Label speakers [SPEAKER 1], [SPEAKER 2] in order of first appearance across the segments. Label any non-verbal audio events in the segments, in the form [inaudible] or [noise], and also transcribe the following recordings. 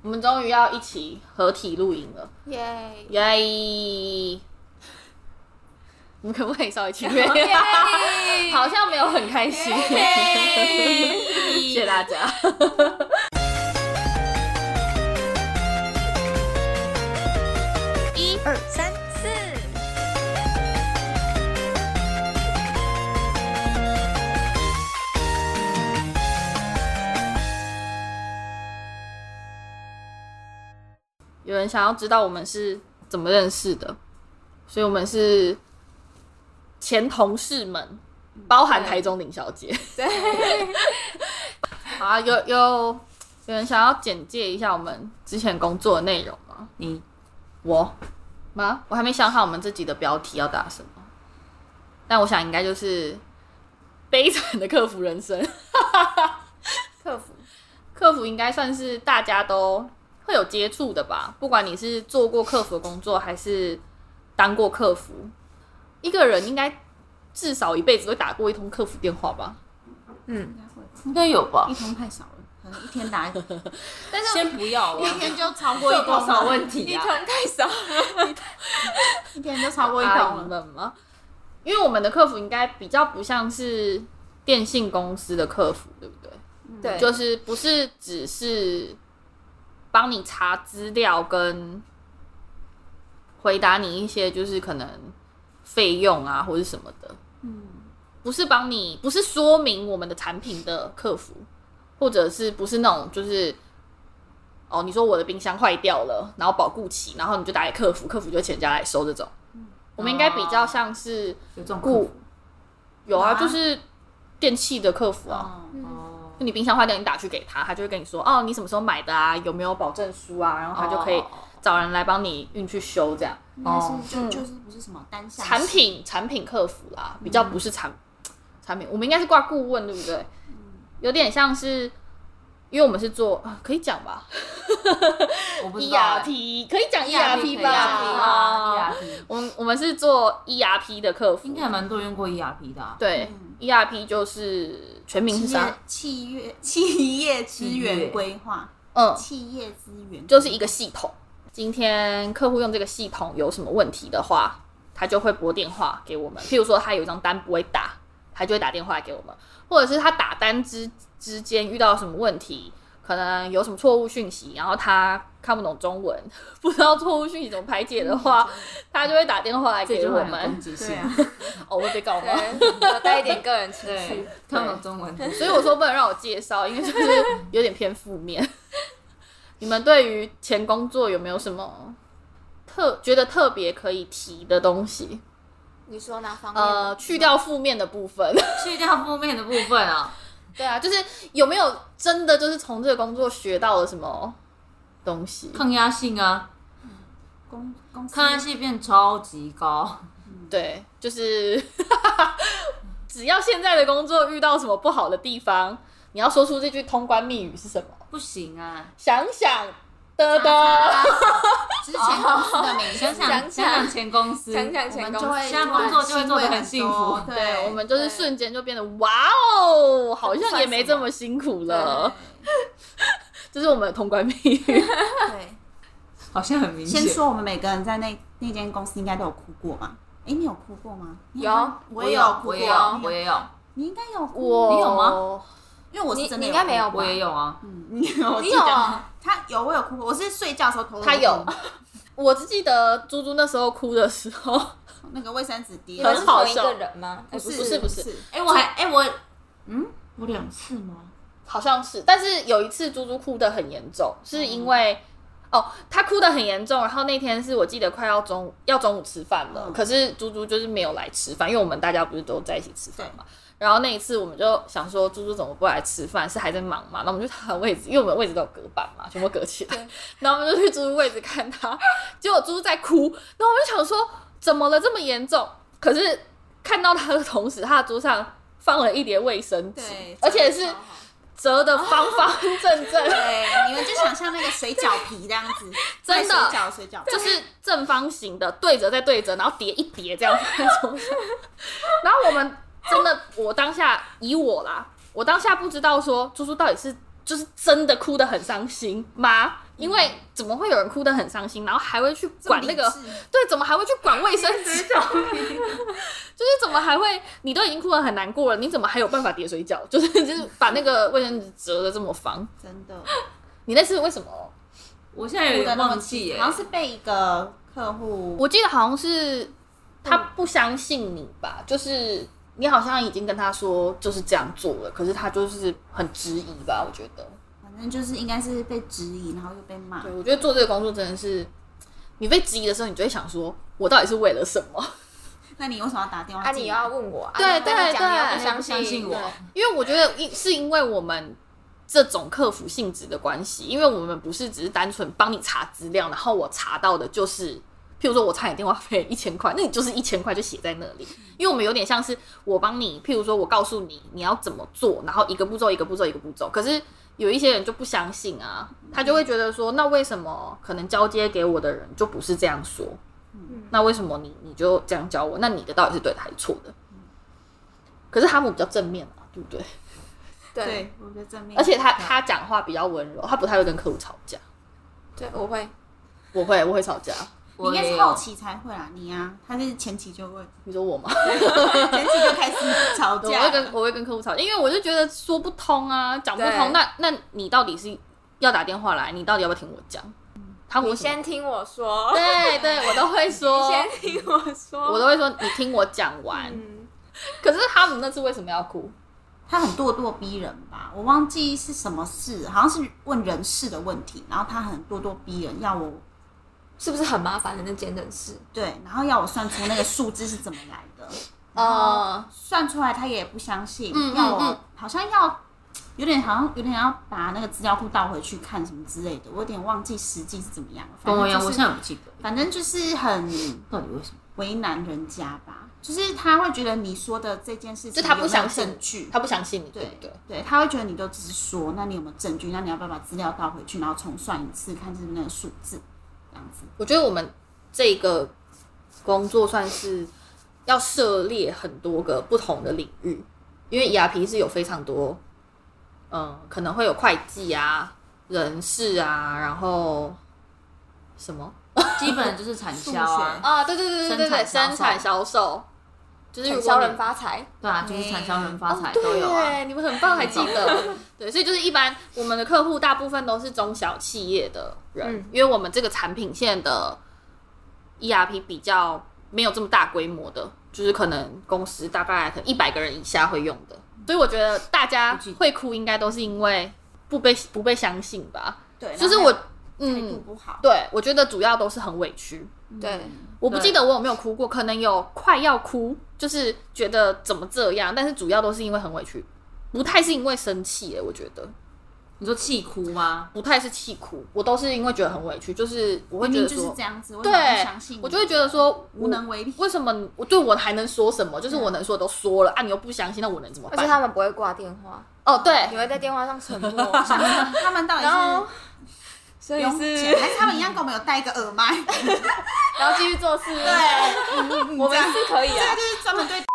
[SPEAKER 1] 我们终于要一起合体露营了，
[SPEAKER 2] 耶！
[SPEAKER 1] 耶！你们可不可以稍微轻略？好像没有很开心。 [laughs] 谢谢大家。
[SPEAKER 2] 一二三四，
[SPEAKER 1] 有人想要知道我们是怎么认识的，所以我们是前同事们，包含台中林小姐。
[SPEAKER 2] 对，
[SPEAKER 1] 好啊，有有有人想要简介一下我们之前工作的内容吗？
[SPEAKER 3] 你
[SPEAKER 1] 我吗？我还没想好我们自己的标题要打什么，但我想应该就是悲惨的客服人生。 [laughs]
[SPEAKER 2] 客服
[SPEAKER 1] 客服应该算是大家都会有接触的吧，不管你是做过客服的工作，还是当过客服，一个人应该至少一辈子都打过一通客服电话吧。
[SPEAKER 2] 嗯，
[SPEAKER 3] 应该有吧
[SPEAKER 4] 一？通太少了，可能一天打一个，
[SPEAKER 1] 但是
[SPEAKER 3] 先不要
[SPEAKER 4] 一
[SPEAKER 3] 了，
[SPEAKER 4] 天就超过一
[SPEAKER 3] 有
[SPEAKER 4] 通
[SPEAKER 3] 多少
[SPEAKER 4] 了，
[SPEAKER 3] 问题啊？
[SPEAKER 2] 太少，
[SPEAKER 4] 一天就超过一
[SPEAKER 1] 阿姨
[SPEAKER 4] 通了。
[SPEAKER 1] 们吗？因为我们的客服应该比较不像是电信公司的客服，对不对？
[SPEAKER 2] 对，
[SPEAKER 1] 就是不是只是帮你查资料跟回答你一些就是可能费用啊或者什么的，
[SPEAKER 4] 嗯，
[SPEAKER 1] 不是帮你不是说明我们的产品的客服，或者是不是那种就是哦，你说我的冰箱坏掉了，然后保固期，然后你就打给客服，客服就请人家来收这种。我们应该比较像是
[SPEAKER 3] 有这种
[SPEAKER 1] 顾
[SPEAKER 3] 顾
[SPEAKER 1] 有啊，
[SPEAKER 4] 有啊
[SPEAKER 1] 就是电器的客服啊。
[SPEAKER 4] 哦，
[SPEAKER 3] 哦
[SPEAKER 1] 就你冰箱坏掉，你打去给他，他就会跟你说，哦，你什么时候买的啊？有没有保证书啊？然后他就可以
[SPEAKER 3] 哦
[SPEAKER 1] 找人来帮你运去修这样。
[SPEAKER 4] 应该是就
[SPEAKER 1] 嗯
[SPEAKER 4] 就是不是什么单向
[SPEAKER 1] 产品产品客服啦，比较不是产、产品，我们应该是挂顾问，对不对？有点像是，因为我们是做啊，可以讲吧
[SPEAKER 3] 我不知
[SPEAKER 1] E
[SPEAKER 3] 道欸。
[SPEAKER 1] ，ERP 可以讲
[SPEAKER 2] E
[SPEAKER 1] E
[SPEAKER 4] ERP
[SPEAKER 1] 吧？
[SPEAKER 4] 可以
[SPEAKER 1] 啊
[SPEAKER 3] ，ERP
[SPEAKER 1] 我们我们是做 ERP 的客服
[SPEAKER 3] 应，该蛮多人用过 ERP 的啊。
[SPEAKER 1] 对、
[SPEAKER 4] 嗯
[SPEAKER 1] ERP 就是全名是
[SPEAKER 4] 企业
[SPEAKER 1] 啥？
[SPEAKER 4] 企业企业资
[SPEAKER 3] 企业
[SPEAKER 4] 源规划，
[SPEAKER 1] 嗯，
[SPEAKER 4] 企业资源
[SPEAKER 1] 就是一个系统。今天客户用这个系统有什么问题的话，他就会拨电话给我们。譬如说，他有一张单不会打，他就会打电话给我们；或者是他打单之之间遇到什么问题，可能有什么错误讯息，然后他看不懂中文，不知道错误讯息怎么排解的话，他嗯就会打电话来
[SPEAKER 3] 这
[SPEAKER 1] 给
[SPEAKER 3] 句
[SPEAKER 1] 我
[SPEAKER 3] 话有
[SPEAKER 1] 们 [laughs]
[SPEAKER 3] 攻。击
[SPEAKER 4] 对
[SPEAKER 3] 性，
[SPEAKER 4] 啊，
[SPEAKER 1] 哦，会被告吗？
[SPEAKER 2] 对，有带一点个人情绪
[SPEAKER 3] 对，，看不懂中文，
[SPEAKER 1] 所以我说不能让我介绍，因为就是有点偏负面。 [laughs] 你们对于前工作有没有什么特觉得特别可以提的东西？
[SPEAKER 2] 你说哪方面？
[SPEAKER 1] 呃，去掉负面的部分，
[SPEAKER 3] 去掉负面的部分啊。
[SPEAKER 1] [laughs] 对啊，就是有没有真的就是从这个工作学到了什么东西？
[SPEAKER 3] 抗压性啊，
[SPEAKER 4] 公公司
[SPEAKER 3] 抗压性变超级高。 [laughs]
[SPEAKER 1] 对，就是只要现在的工作遇到什么不好的地方，你要说出这句通关密语是什么？
[SPEAKER 3] 不行啊！
[SPEAKER 1] 想想的的，
[SPEAKER 4] 之前公司的名字
[SPEAKER 3] 想想
[SPEAKER 2] 想
[SPEAKER 3] 想想前公司，
[SPEAKER 2] 想想
[SPEAKER 4] 我
[SPEAKER 2] 前
[SPEAKER 4] 们
[SPEAKER 2] 公
[SPEAKER 4] 就会
[SPEAKER 2] 司
[SPEAKER 3] 现在工作就会做得很幸福
[SPEAKER 4] 很多
[SPEAKER 1] 对，
[SPEAKER 4] 对，
[SPEAKER 1] 我们就是
[SPEAKER 2] 对
[SPEAKER 1] 瞬间就变得哇哦，好像也没这么辛苦了。这是我们的通关密语。
[SPEAKER 2] 对，
[SPEAKER 3] 好像很明显。
[SPEAKER 4] 先说我们每个人在那那间公司应该都有哭过嘛？哎，你有哭过吗？你
[SPEAKER 2] 有
[SPEAKER 4] 我
[SPEAKER 3] 我
[SPEAKER 4] 也
[SPEAKER 3] 也
[SPEAKER 4] 有
[SPEAKER 3] 有，
[SPEAKER 4] 哭
[SPEAKER 3] 我
[SPEAKER 4] 过，
[SPEAKER 3] 也有，我也有，
[SPEAKER 4] 你应该有哭，
[SPEAKER 1] 我
[SPEAKER 3] 你有
[SPEAKER 1] 吗？
[SPEAKER 4] 因为我是
[SPEAKER 2] 你
[SPEAKER 4] 真
[SPEAKER 2] 你
[SPEAKER 4] 的
[SPEAKER 2] 应该没有
[SPEAKER 4] 哭
[SPEAKER 3] 我
[SPEAKER 2] 吧？
[SPEAKER 3] 也有啊。
[SPEAKER 4] 嗯，你有，
[SPEAKER 2] 你
[SPEAKER 4] 我记得
[SPEAKER 2] 有啊
[SPEAKER 4] 他有，我有哭过，我是睡觉的时候偷偷哭
[SPEAKER 1] 他有，我只记得猪猪那时候哭的时候，
[SPEAKER 4] 那个卫生纸滴
[SPEAKER 2] 你
[SPEAKER 4] 了
[SPEAKER 2] 们
[SPEAKER 1] 很
[SPEAKER 2] 是
[SPEAKER 1] 好
[SPEAKER 2] 同一
[SPEAKER 1] 笑
[SPEAKER 2] 个人吗？哎
[SPEAKER 1] 不是不是
[SPEAKER 3] 哎、我还哎、我，嗯，我两次吗？
[SPEAKER 1] 好像是，但是有一次猪猪哭的很严重，是因为、
[SPEAKER 4] 嗯
[SPEAKER 1] 哦，他哭的很严重，然后那天是我记得快要中午要中午吃饭了，
[SPEAKER 4] 嗯
[SPEAKER 1] 可是猪猪就是没有来吃饭，因为我们大家不是都在一起吃饭嘛。然后那一次我们就想说，猪猪怎么不来吃饭？是还在忙嘛？那我们就他的位置，因为我们位置都有隔板嘛，全部隔起来。 [laughs] 然后我们就去猪猪位置看他，结果猪猪在哭，然后我们就想说，怎么了这么严重？可是看到他的同时，他的桌上放了一叠卫生纸
[SPEAKER 4] 对，，
[SPEAKER 1] 而且是
[SPEAKER 4] 超好
[SPEAKER 1] 折的方方正正，
[SPEAKER 4] 对，你们就想象那个水饺皮这样子，
[SPEAKER 1] 真的
[SPEAKER 4] 卖水饺水饺皮，
[SPEAKER 1] [laughs] 就是正方形的，对折再对折，然后叠一叠这样放在桌上。 [laughs] 然后我们真的，我当下以我啦，我当下不知道说猪猪到底是就是真的哭得很伤心吗？因为怎么会有人哭得很伤心，然后还会去管那个
[SPEAKER 4] 这么理智
[SPEAKER 1] 对，怎么还会去管卫生纸？就是怎么还会，你都已经哭得很难过了，你怎么还有办法叠水饺？就是就是把那个卫生纸折的这么方。
[SPEAKER 4] 真的，
[SPEAKER 1] 你那次为什么？
[SPEAKER 3] 我现在有点忘记耶
[SPEAKER 4] 好，像是被一个客户，
[SPEAKER 1] 我记得好像是他不相信你吧，就是你好像已经跟他说就是这样做了，可是他就是很质疑吧，我觉得。
[SPEAKER 4] 反正就是应该是被质疑，然后又被骂
[SPEAKER 1] 对，。我觉得做这个工作真的是，你被质疑的时候，你就会想说，我到底是为了什么？
[SPEAKER 4] 那你为什么要打电话
[SPEAKER 2] 啊，
[SPEAKER 4] 进来？
[SPEAKER 2] 你又要问我，啊
[SPEAKER 1] 对
[SPEAKER 2] 你跟
[SPEAKER 1] 对
[SPEAKER 2] 我讲你
[SPEAKER 1] 对
[SPEAKER 2] 要不
[SPEAKER 3] 不相信我，
[SPEAKER 1] 因为我觉得一是因为我们这种客服性质的关系，因为我们不是只是单纯帮你查资料，然后我查到的就是，譬如说我差点电话费一千块，那你就是一千块就写在那里，因为我们有点像是我帮你，譬如说我告诉你你要怎么做，然后一个步骤一个步骤一个步骤，可是。有一些人就不相信啊，他就会觉得说，那为什么可能交接给我的人就不是这样说？那为什么你你就这样教我？那你的到底是对的还是错的？可是他们比较正面嘛，对不对？
[SPEAKER 2] 对
[SPEAKER 4] 对，我觉得正面。
[SPEAKER 1] 而且
[SPEAKER 2] 嗯
[SPEAKER 1] 他他讲话比较温柔，他不太会跟客户吵架。
[SPEAKER 2] 对，我会，
[SPEAKER 1] 我会，我会吵架。
[SPEAKER 4] 你应该
[SPEAKER 3] 也
[SPEAKER 4] 是
[SPEAKER 3] 有
[SPEAKER 4] 后期才会啦，你呀，他是前期就会，
[SPEAKER 1] 你说我
[SPEAKER 2] [laughs]
[SPEAKER 1] 吗？
[SPEAKER 4] [laughs] 前期就开始吵
[SPEAKER 1] 我
[SPEAKER 4] 架。
[SPEAKER 1] 会跟我会跟客户吵架，因为我就觉得说不通啊，讲不
[SPEAKER 2] 对
[SPEAKER 1] 通。那那你到底是要打电话来？你到底要不要听我讲？他
[SPEAKER 2] 你
[SPEAKER 1] 我
[SPEAKER 2] 先听啊我说，
[SPEAKER 1] 对对，我都会说
[SPEAKER 2] [laughs] 你，先听我说，
[SPEAKER 1] 我都会说你听我讲完。
[SPEAKER 2] 嗯，
[SPEAKER 1] 可是他们那次为什么要哭？
[SPEAKER 4] 他很咄咄逼人吧，我忘记是什么事，好像是问人事的问题，然后他很咄咄逼人，要我
[SPEAKER 2] 是不是很麻烦的那间诊室？
[SPEAKER 4] 对，然后要我算出那个数字是怎么来的，
[SPEAKER 2] 哦，
[SPEAKER 4] 算出来他也不相信，
[SPEAKER 1] 嗯嗯
[SPEAKER 4] 要我、
[SPEAKER 1] 嗯
[SPEAKER 4] 好像要有点好像有点要把那个资料库倒回去看什么之类的，我有点忘记实际是怎么样了。
[SPEAKER 3] 跟
[SPEAKER 4] 反
[SPEAKER 3] 哦
[SPEAKER 4] 正
[SPEAKER 3] 我一
[SPEAKER 4] 就
[SPEAKER 3] 样，
[SPEAKER 4] 是、
[SPEAKER 3] 我现在也不记得
[SPEAKER 4] 反正就是很
[SPEAKER 3] 到底为什么。
[SPEAKER 4] 为难人家吧，就是他会觉得你说的这件事情，
[SPEAKER 1] 就他不相信
[SPEAKER 4] 证据，
[SPEAKER 1] 他不相信你，对
[SPEAKER 4] 对
[SPEAKER 1] 不对？
[SPEAKER 4] 对，他会觉得你都只是说，那你有没有证据？那你要不要把资料倒回去，然后重算一次，看是不是那个数字，这样子。
[SPEAKER 1] 我觉得我们这个工作算是要涉猎很多个不同的领域，因为 ERP 是有非常多，嗯，可能会有会计啊、人事啊，然后什么
[SPEAKER 3] 基本就是产销啊，
[SPEAKER 1] 啊？对对对对对对，生
[SPEAKER 3] 生
[SPEAKER 1] 产
[SPEAKER 3] 产
[SPEAKER 1] 销售，就是如
[SPEAKER 2] 很
[SPEAKER 1] 果
[SPEAKER 2] 销
[SPEAKER 1] 你
[SPEAKER 2] 人发财，
[SPEAKER 3] 对啊，就是产
[SPEAKER 2] 哎
[SPEAKER 3] 销人发
[SPEAKER 2] 哦
[SPEAKER 3] 财都
[SPEAKER 1] 哦对
[SPEAKER 3] 有啊。
[SPEAKER 1] 耶，你们很棒，还记得？对，所以就是一般我们的客户大部分都是中小企业的人，
[SPEAKER 2] 嗯
[SPEAKER 1] 因为我们这个产品线的 ERP 比较没有这么大规模的，就是可能公司大概可能一百个人以下会用的，所以我觉得大家会哭应该都是因为不被不被相信吧，
[SPEAKER 3] 啊
[SPEAKER 4] 对，
[SPEAKER 1] 就是
[SPEAKER 4] 然后
[SPEAKER 1] 我
[SPEAKER 4] 还有态度
[SPEAKER 1] 嗯，
[SPEAKER 4] 不好。嗯
[SPEAKER 1] 对我觉得主要都是很委屈，
[SPEAKER 2] 对，
[SPEAKER 1] 我不记得我有没有哭过，可能有快要哭，就是觉得怎么这样，但是主要都是因为很委屈，不太是因为生气耶、我觉得
[SPEAKER 3] 你说气哭吗？
[SPEAKER 1] 不太是气哭，我都是因为觉得很委屈，就是我会
[SPEAKER 4] 明
[SPEAKER 1] 觉
[SPEAKER 4] 明
[SPEAKER 1] 得
[SPEAKER 4] 就是
[SPEAKER 1] 说
[SPEAKER 4] 这，样子，我怎么不
[SPEAKER 1] 对
[SPEAKER 4] 相信你，
[SPEAKER 1] 我就会觉得说
[SPEAKER 4] 无能为力
[SPEAKER 1] 我为什么我对我还能说什么？就是我能说的都说了啊，你又不相信，那我能怎么
[SPEAKER 2] 而且
[SPEAKER 1] 办？
[SPEAKER 2] 他们不会挂电话，
[SPEAKER 1] 哦，对
[SPEAKER 2] 你，会在电话上沉 [laughs] 默，
[SPEAKER 4] [laughs] 他们到底
[SPEAKER 2] 然后
[SPEAKER 4] 是
[SPEAKER 2] 所
[SPEAKER 4] 不
[SPEAKER 2] 以
[SPEAKER 4] 用
[SPEAKER 2] 是
[SPEAKER 4] 钱，还是他们一样跟我们有戴一个耳
[SPEAKER 2] [laughs]
[SPEAKER 4] 麦？
[SPEAKER 2] 然后继续做事，对，
[SPEAKER 4] 对，
[SPEAKER 2] 我
[SPEAKER 4] 我
[SPEAKER 2] 们是可以啊，
[SPEAKER 4] 就是专门
[SPEAKER 2] [laughs]
[SPEAKER 4] 对
[SPEAKER 2] 剪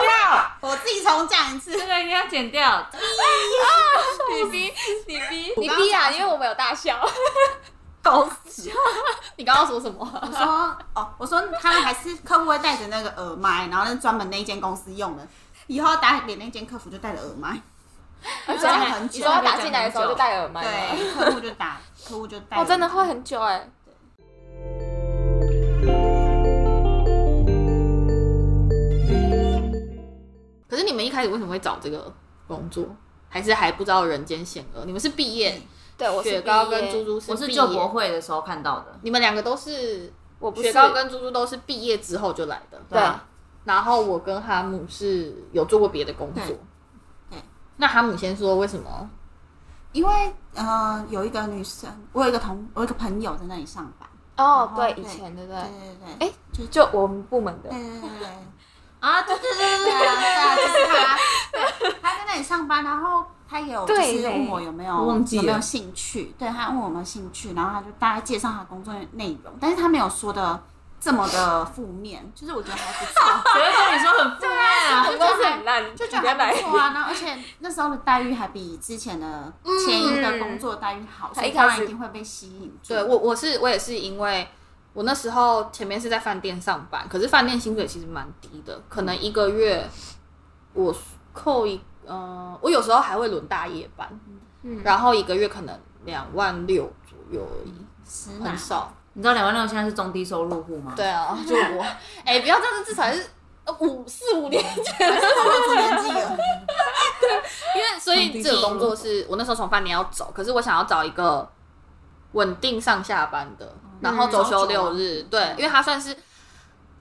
[SPEAKER 2] 掉，
[SPEAKER 4] [laughs] 我自己重讲一次。
[SPEAKER 3] 这个一定要剪掉。
[SPEAKER 1] [laughs]
[SPEAKER 2] 你逼，你逼，你逼啊，因为我们有大笑，
[SPEAKER 1] 狗屎！ [laughs] 你刚刚说什
[SPEAKER 4] 我
[SPEAKER 1] 么？
[SPEAKER 4] 说哦，我说他们还是客户会带着那个耳麦，然后那专门那一间公司用的。以后打给那间客服就带着耳麦，
[SPEAKER 2] 而
[SPEAKER 4] 讲很久
[SPEAKER 2] 你说他打进来的时候就戴耳麦吗，
[SPEAKER 4] 对，客户就打，客户就带。
[SPEAKER 2] 哦，真的会很久哎，
[SPEAKER 1] 可是你们一开始为什么会找这个工作？还是还不知道人间险恶？你们是毕业，
[SPEAKER 2] 对，我是
[SPEAKER 1] 雪糕
[SPEAKER 2] 毕业
[SPEAKER 1] 跟猪，猪是
[SPEAKER 3] 我是
[SPEAKER 1] 毕
[SPEAKER 3] 救
[SPEAKER 1] 业
[SPEAKER 3] 国会的时候看到的，
[SPEAKER 1] 你们两个都是，
[SPEAKER 2] 我不是
[SPEAKER 1] 雪糕跟猪猪都是毕业之后就来的，
[SPEAKER 2] 对，
[SPEAKER 1] 然后我跟哈姆是有做过别的工作
[SPEAKER 4] 对。对
[SPEAKER 1] 那哈姆先说为什么？
[SPEAKER 4] 因为呃，有一个女生，我有一个同，我有一个朋友在那里上班。
[SPEAKER 2] 哦，对，
[SPEAKER 4] 对
[SPEAKER 2] 以前对不
[SPEAKER 4] 对
[SPEAKER 2] 对？
[SPEAKER 4] 对对，
[SPEAKER 2] 哎，就我们部 [laughs] 门的
[SPEAKER 4] 对，对对对对。啊，对对对对对啊，就是他，对 [laughs] 他在那里上班，然后他有就
[SPEAKER 2] 对
[SPEAKER 4] 是
[SPEAKER 2] 嘞
[SPEAKER 4] 问我有没有
[SPEAKER 3] 我忘记
[SPEAKER 4] 有没有
[SPEAKER 3] 了
[SPEAKER 4] 兴趣，对他问我有没有兴趣，然后他就大概介绍他工作内容，但是他没有说的这么的负面， [laughs] 就是我觉得还不错，
[SPEAKER 3] [laughs] 谁会跟你说很负面啊？
[SPEAKER 2] 们公司很烂， [laughs]
[SPEAKER 4] 就觉
[SPEAKER 2] 不
[SPEAKER 4] 得
[SPEAKER 2] 要
[SPEAKER 4] 还
[SPEAKER 2] 来
[SPEAKER 4] 不。错啊。然后而且那时候的待遇还比之前的前一个工作待遇好，所
[SPEAKER 2] 才
[SPEAKER 4] 以
[SPEAKER 2] 一开
[SPEAKER 4] 当
[SPEAKER 2] 始
[SPEAKER 4] 然一定会被吸引住。
[SPEAKER 1] 对我，我是我也是因为我那时候前面是在饭店上班，可是饭店薪水其实蛮低的，可能一个月我扣一，嗯、我有时候还会轮大夜班，
[SPEAKER 2] 嗯
[SPEAKER 1] 然后一个月可能两万六左右而已，
[SPEAKER 4] 实
[SPEAKER 1] 很少。
[SPEAKER 3] 你知道两万六现在是中低收入户吗？
[SPEAKER 1] 对啊，就我，哎、不要这样子，至少是呃五四五年
[SPEAKER 4] 我年纪了，
[SPEAKER 1] 因
[SPEAKER 2] [laughs]
[SPEAKER 1] 为所以这个工作是我那时候从饭店要走，可是我想要找一个稳定上下班的，
[SPEAKER 2] 嗯
[SPEAKER 1] 然后周休六日，对，因为它算是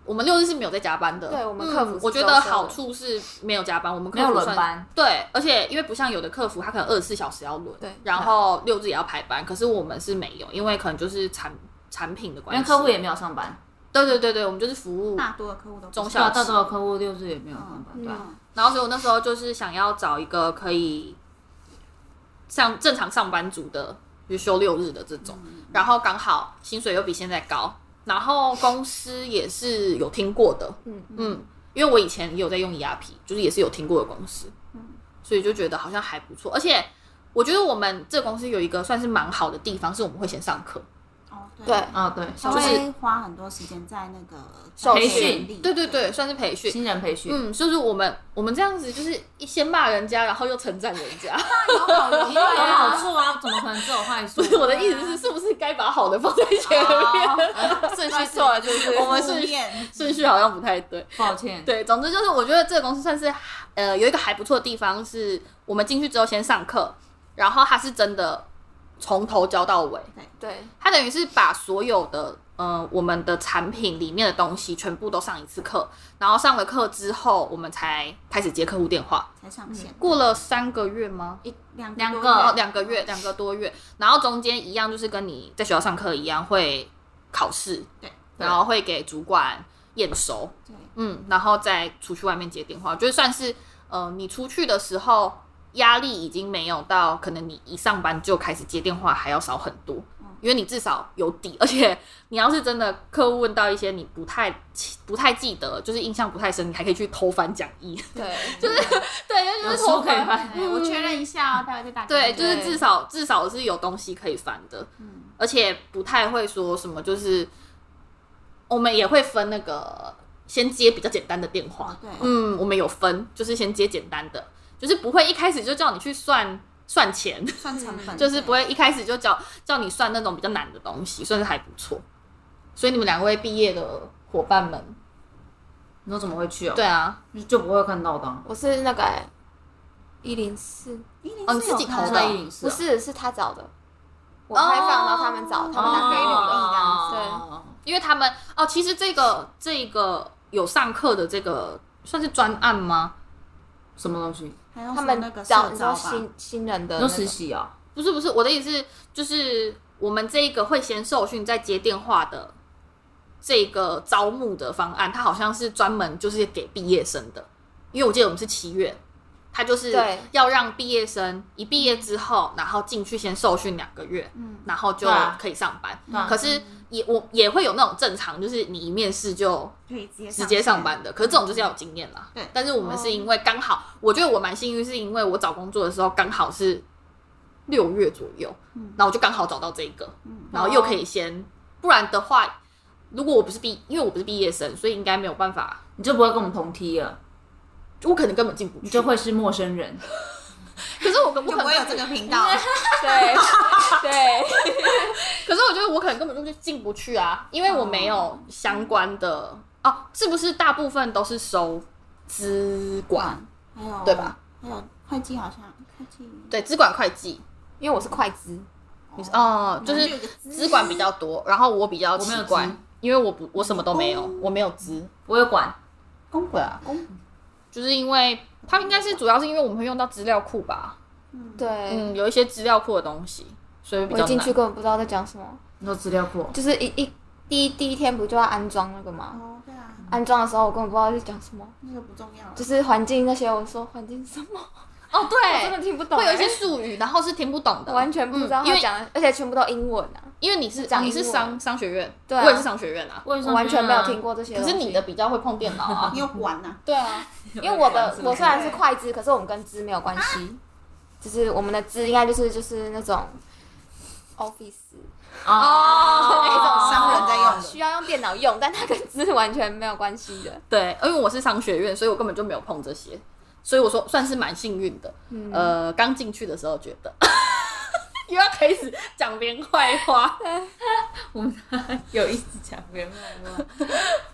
[SPEAKER 1] 我们六日是没有在加班的，嗯
[SPEAKER 2] 对我们客服是
[SPEAKER 1] 我觉
[SPEAKER 2] 周
[SPEAKER 1] 得
[SPEAKER 2] 休的
[SPEAKER 1] 好处是没有加班，我们客
[SPEAKER 3] 没有
[SPEAKER 1] 服
[SPEAKER 3] 轮
[SPEAKER 1] 算
[SPEAKER 3] 班，
[SPEAKER 1] 对，而且因为不像有的客服他可能二十四小时要轮，
[SPEAKER 2] 对
[SPEAKER 1] 然后六日也要排班，可是我们是没有，因为可能就是产产品的
[SPEAKER 3] 因
[SPEAKER 1] 关
[SPEAKER 3] 为
[SPEAKER 1] 系，
[SPEAKER 3] 客户也没有上班，
[SPEAKER 1] 对对对对，我们就是服务
[SPEAKER 4] 大多的客户都不
[SPEAKER 1] 中
[SPEAKER 3] 对啊，
[SPEAKER 1] 小
[SPEAKER 3] 大多的客户六日也没有上班，对吧？
[SPEAKER 4] 嗯
[SPEAKER 1] 然后所以我那时候就是想要找一个可以像正常上班族的，就休六日的这种，然后刚好薪水又比现在高，然后公司也是有听过的，嗯
[SPEAKER 2] 嗯
[SPEAKER 1] 嗯，因为我以前也有在用 ERP，就是也是有听过的公司，所以就觉得好像还不错，而且。我觉得我们这个公司有一个算是蛮好的地方，是我们会先上课。
[SPEAKER 4] 哦
[SPEAKER 2] 对
[SPEAKER 4] 对，
[SPEAKER 3] 啊，对，
[SPEAKER 4] 他
[SPEAKER 1] 就
[SPEAKER 3] 就是
[SPEAKER 4] 会花很多时间在那个
[SPEAKER 2] 受
[SPEAKER 3] 训
[SPEAKER 4] 里
[SPEAKER 1] 对对对，算是培训。
[SPEAKER 3] 新人培训，
[SPEAKER 1] 嗯，就是我们我们这样子，就是一先骂人家，然后又称赞人家。
[SPEAKER 3] 有好处啊，怎么可能只有坏处？
[SPEAKER 1] 我的意思是，是不是该把好的放在前
[SPEAKER 4] 哦
[SPEAKER 1] 面？啊顺、序错了，就是 [laughs] 我们
[SPEAKER 4] 顺
[SPEAKER 1] 顺序
[SPEAKER 4] 便
[SPEAKER 1] 顺序好像不太对。
[SPEAKER 3] 抱歉，
[SPEAKER 1] 对，总之就是我觉得这个公司算是呃有一个还不错的地方，是我们进去之后先上课，然后他是真的从头教到尾，
[SPEAKER 2] [laughs] 对，
[SPEAKER 1] 他等于是把所有的呃我们的产品里面的东西全部都上一次课，然后上了课之后，我们才开始接客户电话。
[SPEAKER 4] 才上线，
[SPEAKER 1] 过了三个月吗？
[SPEAKER 4] 一两
[SPEAKER 3] 两
[SPEAKER 4] 多
[SPEAKER 3] 个
[SPEAKER 1] 哦，
[SPEAKER 4] 月
[SPEAKER 1] 两个月，两个多月，然后中间一样就是跟你在学校上课一样会考试，
[SPEAKER 4] 对，
[SPEAKER 1] 然后会给主管验收，
[SPEAKER 4] 对
[SPEAKER 1] 嗯，然后再出去外面接电话，就算是呃你出去的时候压力已经没有到可能你一上班就开始接电话还要少很多，因为你至少有底，而且你要是真的客户问到一些你不太不太记得，就是印象不太深，你还可以去偷翻讲义， [laughs]
[SPEAKER 2] 对，
[SPEAKER 1] 对，因为就是
[SPEAKER 3] 有书
[SPEAKER 1] 偷
[SPEAKER 3] 可以
[SPEAKER 1] 翻。哎
[SPEAKER 3] 翻，
[SPEAKER 4] 对我确认一下哦，待会再打给
[SPEAKER 1] 对，
[SPEAKER 4] 你
[SPEAKER 1] 就是
[SPEAKER 2] 对
[SPEAKER 1] 至少至少是有东西可以翻的，
[SPEAKER 4] 嗯
[SPEAKER 1] 而且不太会说什么，就是我们也会分那个先接比较简单的电话
[SPEAKER 4] 哦，对
[SPEAKER 1] 嗯，我们有分，就是先接简单的，就是不会一开始就叫你去算算钱，
[SPEAKER 4] 算成本，
[SPEAKER 1] 就是不会一开始就叫叫你算那种比较难的东西，算是还不错。所以你们两位毕业的伙伴们，
[SPEAKER 3] 你说怎么会去哦？
[SPEAKER 1] 对啊，
[SPEAKER 3] 就就不会看到的啊。
[SPEAKER 2] 我是那个哎一零四，
[SPEAKER 1] 哦
[SPEAKER 4] 哦
[SPEAKER 1] 你自己投
[SPEAKER 3] 是
[SPEAKER 1] 的
[SPEAKER 3] 在
[SPEAKER 1] 哦
[SPEAKER 3] 一零四
[SPEAKER 2] 不
[SPEAKER 3] 哦，
[SPEAKER 2] 是是他找的，我开放，然后他们找，他们打给
[SPEAKER 4] 哦
[SPEAKER 2] 我的。
[SPEAKER 3] 哦
[SPEAKER 1] 因为他们哦，其实这个这个有上课的这个算是专案吗？
[SPEAKER 3] 什么东西？
[SPEAKER 4] 还要
[SPEAKER 2] 他
[SPEAKER 4] 说那
[SPEAKER 2] 们
[SPEAKER 4] 个
[SPEAKER 2] 找
[SPEAKER 4] 社
[SPEAKER 2] 你
[SPEAKER 4] 招
[SPEAKER 2] 说
[SPEAKER 4] 吧，
[SPEAKER 2] 新新人的
[SPEAKER 3] 你
[SPEAKER 2] 那
[SPEAKER 3] 说
[SPEAKER 2] 个
[SPEAKER 3] 实习哦？
[SPEAKER 1] 不是不是，我的意思是就是我们这一个会先受训再接电话的这个招募的方案，它好像是专门就是给毕业生的，因为我记得我们是七月，它就是
[SPEAKER 2] 对
[SPEAKER 1] 要让毕业生一毕业之后，然后进去先受训两个月，
[SPEAKER 4] 嗯
[SPEAKER 1] 然后就
[SPEAKER 3] 对啊
[SPEAKER 1] 可以上班。
[SPEAKER 3] 对啊
[SPEAKER 1] 可是也我也会有那种正常，就是你一面试就
[SPEAKER 4] 可以直接
[SPEAKER 1] 直接上班的，可是这种就是要有经验啦。
[SPEAKER 4] 对
[SPEAKER 1] 但是我们是因为刚好，我觉得我蛮幸运，是因为我找工作的时候刚好是六月左右，
[SPEAKER 4] 嗯
[SPEAKER 1] 然后我就刚好找到这个，
[SPEAKER 4] 嗯
[SPEAKER 1] 然后又可以先，不然的话，如果我不是毕，因为我不是毕业生，所以应该没有办法，
[SPEAKER 3] 你就不会跟我们同梯了，
[SPEAKER 1] 我可能根本进不去。
[SPEAKER 3] 你就会是陌生人。
[SPEAKER 1] 可是我可我可
[SPEAKER 4] 就不
[SPEAKER 1] 能 [laughs]
[SPEAKER 4] 会有这个频道，
[SPEAKER 2] 对对，
[SPEAKER 1] 可是我觉得我可能根本就进不去啊，因为我没有相关的哦，是不是大部分都是收资管，
[SPEAKER 4] 还有
[SPEAKER 1] 对吧？
[SPEAKER 4] 还有会计好像会计
[SPEAKER 1] 对，资管会计，
[SPEAKER 2] 因为我是会资，
[SPEAKER 1] 你是哦，就
[SPEAKER 4] 有一个
[SPEAKER 1] 是
[SPEAKER 4] 资
[SPEAKER 1] 资管比较多，然后我比较奇怪
[SPEAKER 3] 我没有资，
[SPEAKER 1] 因为我不我什么都没有，我没有资，
[SPEAKER 3] 我有管，
[SPEAKER 4] 公会啊公
[SPEAKER 1] 就是因为它应该是主要是因为我们会用到资料库吧，
[SPEAKER 2] 对，
[SPEAKER 1] 嗯，有一些资料库的东西，所以比
[SPEAKER 2] 我
[SPEAKER 1] 较
[SPEAKER 2] 一
[SPEAKER 1] 难
[SPEAKER 2] 进去根本不知道在讲什么，
[SPEAKER 3] 你说资料库哦，
[SPEAKER 2] 就是一一第一第一天不就要安装那个吗？
[SPEAKER 4] 哦对啊，
[SPEAKER 2] 安装的时候我根本不知道在讲什么，
[SPEAKER 4] 那个不重要了，
[SPEAKER 2] 就是环境那些，我说环境是什么， [laughs]
[SPEAKER 1] 哦，
[SPEAKER 2] 我真的
[SPEAKER 1] 对，
[SPEAKER 2] 听不懂，欸
[SPEAKER 1] 会有一些术语，然后是听不懂的，
[SPEAKER 2] 完全不知道
[SPEAKER 1] 嗯因
[SPEAKER 2] 他
[SPEAKER 1] 为
[SPEAKER 2] 讲的，而且全部都英文啊。
[SPEAKER 1] 因为你是
[SPEAKER 2] 掌
[SPEAKER 1] 你是
[SPEAKER 2] 握
[SPEAKER 1] 商商学院，
[SPEAKER 2] 对啊
[SPEAKER 1] 我也是商学院啊，
[SPEAKER 3] 我
[SPEAKER 2] 我完全没有啊听。过这些
[SPEAKER 1] 可
[SPEAKER 2] 东西。
[SPEAKER 1] 是你的比较会碰电脑啊
[SPEAKER 4] 你。有管呐、
[SPEAKER 1] [laughs] 对啊，
[SPEAKER 2] 因为我的我虽然是会资，可是我们跟资没有关系，就是我们的资应该就是就是那种 office
[SPEAKER 1] 哦
[SPEAKER 4] 啊？商人在用的，
[SPEAKER 2] 需要用电脑用，但它跟资完全没有关系的。
[SPEAKER 1] 对，因为我是商学院，所以我根本就没有碰这些，所以我说算是蛮幸运的。呃，刚进去的时候觉得 [laughs] 又要开始讲别人坏话，
[SPEAKER 3] 有一直讲别人话，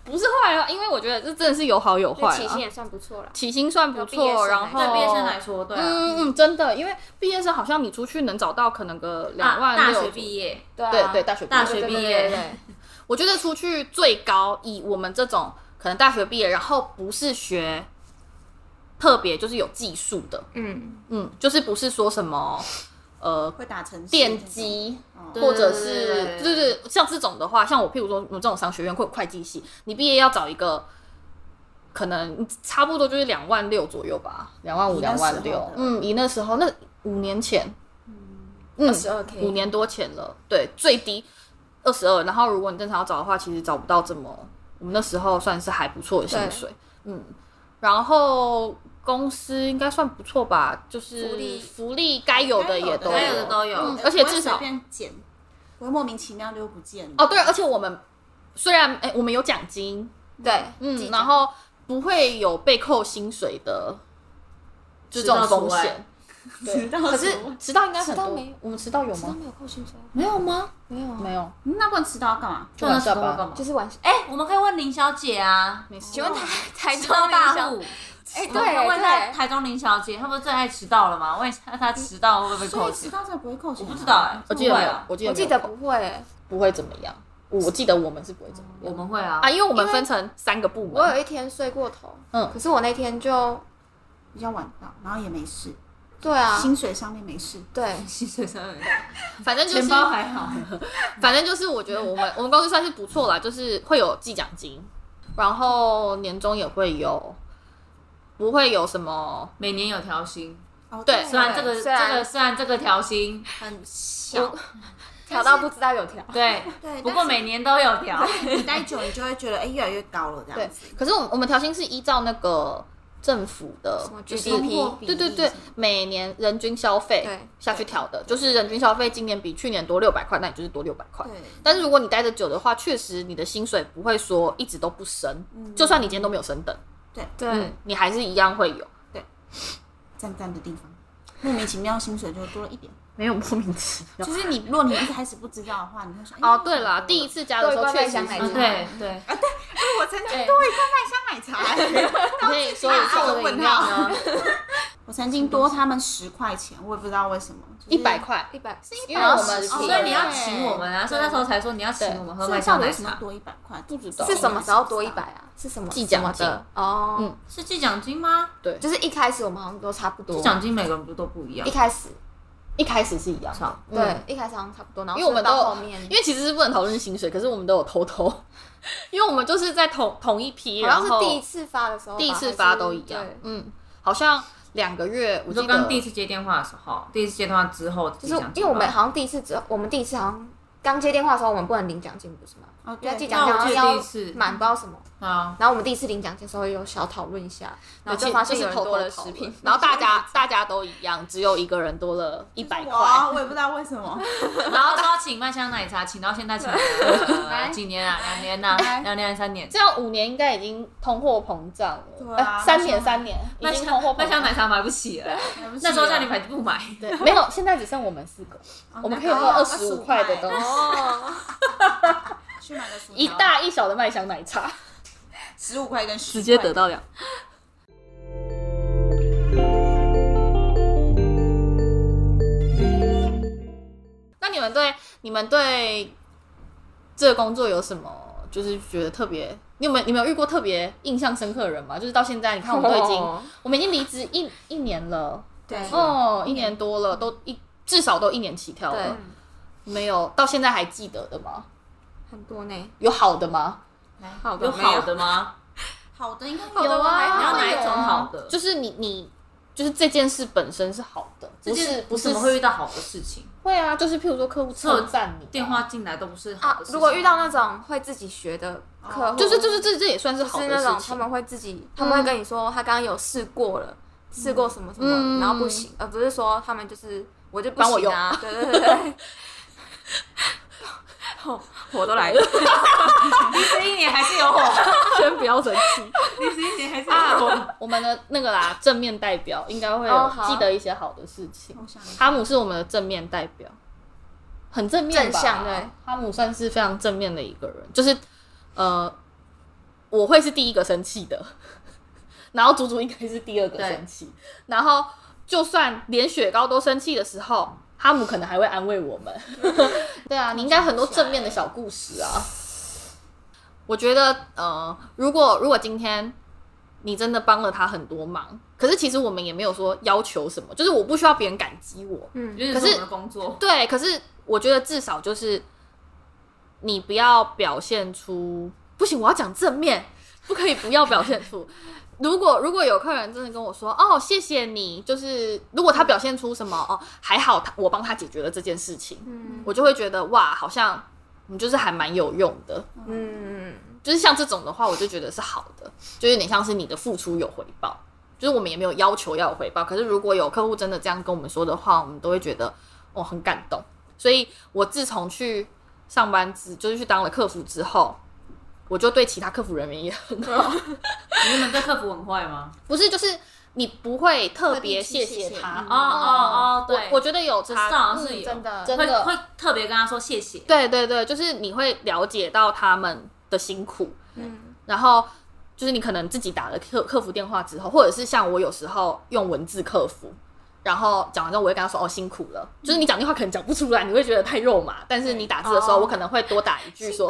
[SPEAKER 1] 不是坏话，因为我觉得这真的是有好有坏、
[SPEAKER 2] 就
[SPEAKER 1] 啊。
[SPEAKER 2] 起薪也算不错了，
[SPEAKER 1] 起薪算不
[SPEAKER 2] 有毕业
[SPEAKER 1] 错，
[SPEAKER 2] 生
[SPEAKER 1] 然后
[SPEAKER 2] 来
[SPEAKER 3] 对毕业生来说，对啊，
[SPEAKER 1] 嗯嗯，真的，因为毕业生好像你出去能找到可能个两
[SPEAKER 3] 大
[SPEAKER 1] 万
[SPEAKER 3] 啊大
[SPEAKER 1] 六
[SPEAKER 3] 学毕业，
[SPEAKER 2] 对啊
[SPEAKER 1] 对对，大学毕业
[SPEAKER 3] 大学毕业
[SPEAKER 2] 对对对对
[SPEAKER 1] 我觉得出去最高以我们这种可能大学毕业，然后不是学特别就是有技术的，
[SPEAKER 2] 嗯，
[SPEAKER 1] 嗯，就是不是说什么呃
[SPEAKER 4] 会打成
[SPEAKER 1] 电，机。
[SPEAKER 4] 哦
[SPEAKER 1] 或者
[SPEAKER 3] 对
[SPEAKER 1] 是
[SPEAKER 3] 对对
[SPEAKER 1] 就是像这种的话，像我譬如说我们这种商学院或会计系，你毕业要找一个，可能差不多就是两万六左右吧，两万五、
[SPEAKER 4] 以那
[SPEAKER 1] 两
[SPEAKER 4] 时候的
[SPEAKER 1] 万六，嗯，以那时候那五年前，嗯，
[SPEAKER 2] 十二 k
[SPEAKER 1] 五年多前了，对，最低二十二。然后如果你正常要找的话，其实找不到这么，我们那时候算是还不错的薪水，嗯。然后公司应该算不错吧，就是
[SPEAKER 2] 福利
[SPEAKER 1] 福利该有的也都
[SPEAKER 3] 该有的都有
[SPEAKER 1] 嗯而且至
[SPEAKER 4] 不会随
[SPEAKER 1] 少
[SPEAKER 4] 便捡，不会莫名其妙就不见了。
[SPEAKER 1] 哦对，而且我们虽然哎、我们有奖金，
[SPEAKER 2] 对，
[SPEAKER 1] 嗯，
[SPEAKER 2] 记
[SPEAKER 1] 然后不会有被扣薪水的这种
[SPEAKER 3] 迟到除
[SPEAKER 1] 风
[SPEAKER 3] 外
[SPEAKER 1] 险。
[SPEAKER 4] 知道
[SPEAKER 1] 可是
[SPEAKER 4] 什么
[SPEAKER 1] 迟到应该很
[SPEAKER 2] 迟到
[SPEAKER 1] 多
[SPEAKER 2] 没有，
[SPEAKER 1] 我们迟到有
[SPEAKER 2] 知道
[SPEAKER 1] 吗？
[SPEAKER 2] 没有扣薪水啊，
[SPEAKER 1] 没有吗？
[SPEAKER 2] 没有啊，
[SPEAKER 1] 没有，
[SPEAKER 4] 嗯那不然迟到干嘛？
[SPEAKER 1] 就晚下
[SPEAKER 3] 那时候干
[SPEAKER 1] 班。
[SPEAKER 3] 嘛
[SPEAKER 2] 就？是玩笑。哎，
[SPEAKER 3] 哎，我们可以问林小姐啊，
[SPEAKER 1] 没事
[SPEAKER 2] 请问台台
[SPEAKER 3] 迟
[SPEAKER 2] 中
[SPEAKER 3] 到
[SPEAKER 2] 大
[SPEAKER 3] 大
[SPEAKER 2] 校，
[SPEAKER 3] 户。
[SPEAKER 2] 哎，
[SPEAKER 3] 我们可以问一下
[SPEAKER 2] 对
[SPEAKER 3] 台中林小姐，她不是最爱迟到了吗？问一下她迟到会不会被
[SPEAKER 4] 所
[SPEAKER 3] 扣
[SPEAKER 4] 以迟
[SPEAKER 3] 钱？
[SPEAKER 4] 到才不会扣钱、啊
[SPEAKER 3] 我不知道哎、
[SPEAKER 1] 我记得没有
[SPEAKER 3] 啊，，
[SPEAKER 1] 我记得
[SPEAKER 2] 对，我
[SPEAKER 1] 没有
[SPEAKER 2] 记得不会，欸
[SPEAKER 1] 不会怎么样。我记得我们是不会怎么
[SPEAKER 3] 我们会啊
[SPEAKER 1] 样啊，，因为我们分成三个部
[SPEAKER 2] 我
[SPEAKER 1] 门，
[SPEAKER 2] 有一天睡过头，
[SPEAKER 1] 嗯
[SPEAKER 2] 可是我那天就
[SPEAKER 4] 比较晚到，然后也没事，
[SPEAKER 2] 对啊，
[SPEAKER 4] 薪水上面没事。
[SPEAKER 2] 对，
[SPEAKER 3] 薪水上面
[SPEAKER 1] 反正就是
[SPEAKER 3] [laughs] 钱包还好，
[SPEAKER 1] 反正就是我觉得我们我们公司算是不错啦， [laughs] 就是会有记奖金，然后年终也会有，不会有什么
[SPEAKER 3] 每年有调薪。
[SPEAKER 4] 哦，
[SPEAKER 1] 对
[SPEAKER 3] 虽然这个这
[SPEAKER 2] 对虽然
[SPEAKER 3] 个虽然这个调薪很小，
[SPEAKER 2] [laughs] 调到不知道有调。
[SPEAKER 3] 对，
[SPEAKER 4] 对，
[SPEAKER 3] 不过每年都有调。
[SPEAKER 4] 但是你待久，你就会觉得哎、越来越高了这
[SPEAKER 1] 对
[SPEAKER 4] 样子。，
[SPEAKER 1] 可是我们我们调薪是依照那个政府的
[SPEAKER 2] 什么
[SPEAKER 1] 就是
[SPEAKER 2] GDP
[SPEAKER 1] 对对对，每年人均消费
[SPEAKER 2] 对
[SPEAKER 1] 下去调的，就是人均消费今年比去年多六百块，那你就是多六百块。
[SPEAKER 4] 对，
[SPEAKER 1] 但是如果你待得久的话，确实你的薪水不会说一直都不升，就算你今天都没有升等，嗯
[SPEAKER 2] 对，
[SPEAKER 1] 你还是一样会有。
[SPEAKER 4] 赞赞的地方，莫名其妙薪水就多了一点。
[SPEAKER 1] 没有莫名其妙
[SPEAKER 4] 就是你，如果你一开始不知道的话，你会说哎
[SPEAKER 1] 哦，对啦，第一
[SPEAKER 4] 次
[SPEAKER 1] 次加的时候
[SPEAKER 2] 对
[SPEAKER 1] 确实
[SPEAKER 2] 罐麦香奶茶
[SPEAKER 1] 是，
[SPEAKER 3] 嗯对对，
[SPEAKER 4] 我曾经
[SPEAKER 1] 对
[SPEAKER 4] 多一罐麦香奶茶，
[SPEAKER 1] 你可以说一
[SPEAKER 4] 啊
[SPEAKER 1] 下
[SPEAKER 4] 我问
[SPEAKER 1] 料
[SPEAKER 4] 他，
[SPEAKER 1] [laughs]
[SPEAKER 4] 我曾经多他们十块钱，我也不知道为什么，
[SPEAKER 1] 一百块，
[SPEAKER 2] 一百，
[SPEAKER 1] 因为我们
[SPEAKER 2] 是
[SPEAKER 3] 哦所以你要请我们啊，所以那时候才说你要请我们喝
[SPEAKER 4] 所
[SPEAKER 3] 麦
[SPEAKER 4] 以到
[SPEAKER 3] 香
[SPEAKER 4] 底
[SPEAKER 3] 奶
[SPEAKER 4] 为什么
[SPEAKER 3] 茶，
[SPEAKER 4] 多一百块？
[SPEAKER 1] 不知道
[SPEAKER 2] 是什么时候多一百？啊？是什么
[SPEAKER 1] 记奖金
[SPEAKER 2] 什么的哦？
[SPEAKER 1] 嗯
[SPEAKER 3] 是记奖金吗？
[SPEAKER 1] 对，就
[SPEAKER 2] 就是是一开始我们好像都差不多
[SPEAKER 3] 记，奖金每个人不都不一样
[SPEAKER 2] 一？开始
[SPEAKER 1] 一开始是一样，
[SPEAKER 3] 少
[SPEAKER 1] 嗯
[SPEAKER 2] 对，一开始好像差不多，然后
[SPEAKER 1] 因为我们都
[SPEAKER 2] 到
[SPEAKER 1] 有
[SPEAKER 2] 后面，
[SPEAKER 1] 因为其实是不能讨论薪水，可是我们都有偷偷， [laughs] 因为我们就是在同同一批，
[SPEAKER 2] 好
[SPEAKER 1] 然
[SPEAKER 2] 像
[SPEAKER 1] 后
[SPEAKER 2] 是第一次发的时候吧，
[SPEAKER 1] 第一次发都一样
[SPEAKER 2] 还是，
[SPEAKER 1] 嗯，好像两个月，我
[SPEAKER 3] 我
[SPEAKER 1] 记
[SPEAKER 3] 就
[SPEAKER 1] 得
[SPEAKER 3] 刚第一次接电话的时候，第一次接电话之后
[SPEAKER 2] 对，
[SPEAKER 3] 记
[SPEAKER 2] 就是
[SPEAKER 3] 奖金
[SPEAKER 2] 因
[SPEAKER 3] 吗
[SPEAKER 2] 为我们好像第一次只有，我们第一次好像刚接电话的时候，我们不能领奖金，不是吗？
[SPEAKER 4] 哦，对
[SPEAKER 2] 要，记
[SPEAKER 4] 对
[SPEAKER 2] 奖金，
[SPEAKER 3] 那我
[SPEAKER 2] 然后
[SPEAKER 3] 记得
[SPEAKER 2] 要
[SPEAKER 3] 第一次
[SPEAKER 2] 满不知道什么，
[SPEAKER 3] 啊，
[SPEAKER 2] 然后我们第一次领奖金的时候有小讨论一下，然后
[SPEAKER 1] 就
[SPEAKER 2] 就发现
[SPEAKER 1] 是
[SPEAKER 2] 有人
[SPEAKER 1] 偷偷
[SPEAKER 2] 多了
[SPEAKER 1] 讨
[SPEAKER 2] 十
[SPEAKER 1] 论
[SPEAKER 2] 瓶，
[SPEAKER 1] [laughs] 然后大家大家都一样，只有一个人多了一百
[SPEAKER 4] 我啊
[SPEAKER 1] 块，
[SPEAKER 4] 我也不知道为什么。
[SPEAKER 3] 啊然后说请麦香奶茶，请到现在请了呃几年啊？两年呐，两年还是三年？
[SPEAKER 1] 这样五年应该已经通货膨胀了，
[SPEAKER 4] 对啊
[SPEAKER 1] 哎三年三年已经通货膨
[SPEAKER 3] 麦香
[SPEAKER 1] 胀。
[SPEAKER 3] 奶茶买不起了，那
[SPEAKER 4] 那
[SPEAKER 3] 时候叫你买就不买。
[SPEAKER 1] 对，没有，现在只剩我们四个，我们可以喝二十五块的东西，
[SPEAKER 2] [laughs] 哦，
[SPEAKER 4] 去买个薯条
[SPEAKER 1] 一大一小的麦香奶茶， [laughs]
[SPEAKER 4] 十五块跟十
[SPEAKER 1] 直接得到两。那你们对你们对这个工作有什么就是觉得特别？你有没有你们有遇过特别印象深刻的人吗？就是到现在，你看我们都已经、我们已经离职一一年了，
[SPEAKER 4] 对
[SPEAKER 1] 哦，一年多了，都一至少都一年起跳
[SPEAKER 2] 对
[SPEAKER 1] 了。没有到现在还记得的吗？
[SPEAKER 2] 很多呢，
[SPEAKER 1] 有好的吗？
[SPEAKER 2] 好的
[SPEAKER 3] 有
[SPEAKER 2] 没有
[SPEAKER 3] 好的吗？
[SPEAKER 4] 好的，应该
[SPEAKER 2] 好的
[SPEAKER 4] 有啊
[SPEAKER 2] 我还
[SPEAKER 3] 你
[SPEAKER 2] 好
[SPEAKER 3] 要
[SPEAKER 2] 的
[SPEAKER 3] 哪一种好
[SPEAKER 1] 就
[SPEAKER 3] 的？
[SPEAKER 1] 是你你就是这件事本身是好的，
[SPEAKER 3] 这
[SPEAKER 1] 不
[SPEAKER 3] 件
[SPEAKER 1] 是不
[SPEAKER 3] 怎
[SPEAKER 1] 是
[SPEAKER 3] 么会遇到好的事情？
[SPEAKER 1] 会啊，就是譬如说客户称赞你啊
[SPEAKER 3] 电话进来都不是好
[SPEAKER 2] 啊
[SPEAKER 3] 的事情。
[SPEAKER 2] 如
[SPEAKER 3] [laughs]
[SPEAKER 2] 果遇到那种会自己学的客户，
[SPEAKER 1] 就是就是这这也算是好
[SPEAKER 2] 是嗯
[SPEAKER 1] 的
[SPEAKER 2] 那种
[SPEAKER 1] 事
[SPEAKER 2] 他
[SPEAKER 1] 情，
[SPEAKER 2] 们会自己，他们会跟你说他刚刚有试过了，试过什么什么，
[SPEAKER 1] 嗯
[SPEAKER 2] 然后不行，而不是说他们就是我就不
[SPEAKER 1] 帮我
[SPEAKER 2] 行啊，对 [laughs] 对对对。哦火都来了，
[SPEAKER 3] 这一年还是有火，
[SPEAKER 1] [laughs] 先不要生气。
[SPEAKER 3] [laughs] 这一年还是有火。
[SPEAKER 1] 我们的那个啦，正面代表应该会
[SPEAKER 2] 哦
[SPEAKER 1] 有
[SPEAKER 2] 好
[SPEAKER 1] 记得一些好的事情。
[SPEAKER 4] 我想
[SPEAKER 1] 哈姆是我们的正面代表，很正面吧
[SPEAKER 2] 正向对。
[SPEAKER 1] 哈姆算是非常正面的一个人，就是呃，我会是第一个生气的，然后祖祖应该是第二个
[SPEAKER 3] 对
[SPEAKER 1] 生气，然后就算连雪糕都生气的时候，哈姆可能还会安慰我们。
[SPEAKER 2] 嗯
[SPEAKER 1] [laughs] 对啊，你应该很多正面的小故事啊。我觉得，呃，如果如果今天你真的帮了他很多忙，可是其实我们也没有说要求什么，就是我不需要别人感激我，
[SPEAKER 2] 嗯，
[SPEAKER 3] 就是说我们的工作，
[SPEAKER 1] 对，可是我觉得至少就是你不要表现出不行，我要讲正面，不可以不要表现出。如果如果有客人真的跟我说哦，谢谢你，就是如果他表现出什么哦，还好他我帮他解决了这件事情，
[SPEAKER 2] 嗯
[SPEAKER 1] 我就会觉得哇，好像你就是还蛮有用的。
[SPEAKER 2] 嗯，
[SPEAKER 1] 就是像这种的话，我就觉得是好的，就有点像是你的付出有回报，就是我们也没有要求要有回报。可是如果有客户真的这样跟我们说的话，我们都会觉得哦很感动。所以我自从去上班之，就是去当了客服之后，我就对其他客服人员也很 [laughs]
[SPEAKER 3] 你们对客服很坏吗？
[SPEAKER 1] 不是就是你不会特别
[SPEAKER 4] 特地
[SPEAKER 1] 谢
[SPEAKER 4] 去谢谢
[SPEAKER 1] 他
[SPEAKER 4] 嗯
[SPEAKER 3] 哦哦哦，对，
[SPEAKER 1] 我我觉得有差，
[SPEAKER 3] 这好像是有
[SPEAKER 2] 真的
[SPEAKER 1] 真
[SPEAKER 3] 会
[SPEAKER 1] 的
[SPEAKER 3] 会特别跟他说谢谢。
[SPEAKER 1] 对对对，就是你会了解到他们的辛苦，
[SPEAKER 2] 嗯，
[SPEAKER 1] 然后就是你可能自己打了客客服电话之后，或者是像我有时候用文字客服，然后讲完之后我会跟他说哦辛苦了，就是你讲电话可能讲不出来，你会觉得太肉麻，但是你打字的时候，
[SPEAKER 2] 哦
[SPEAKER 1] 我可能会多打一句
[SPEAKER 2] [laughs]
[SPEAKER 1] 说，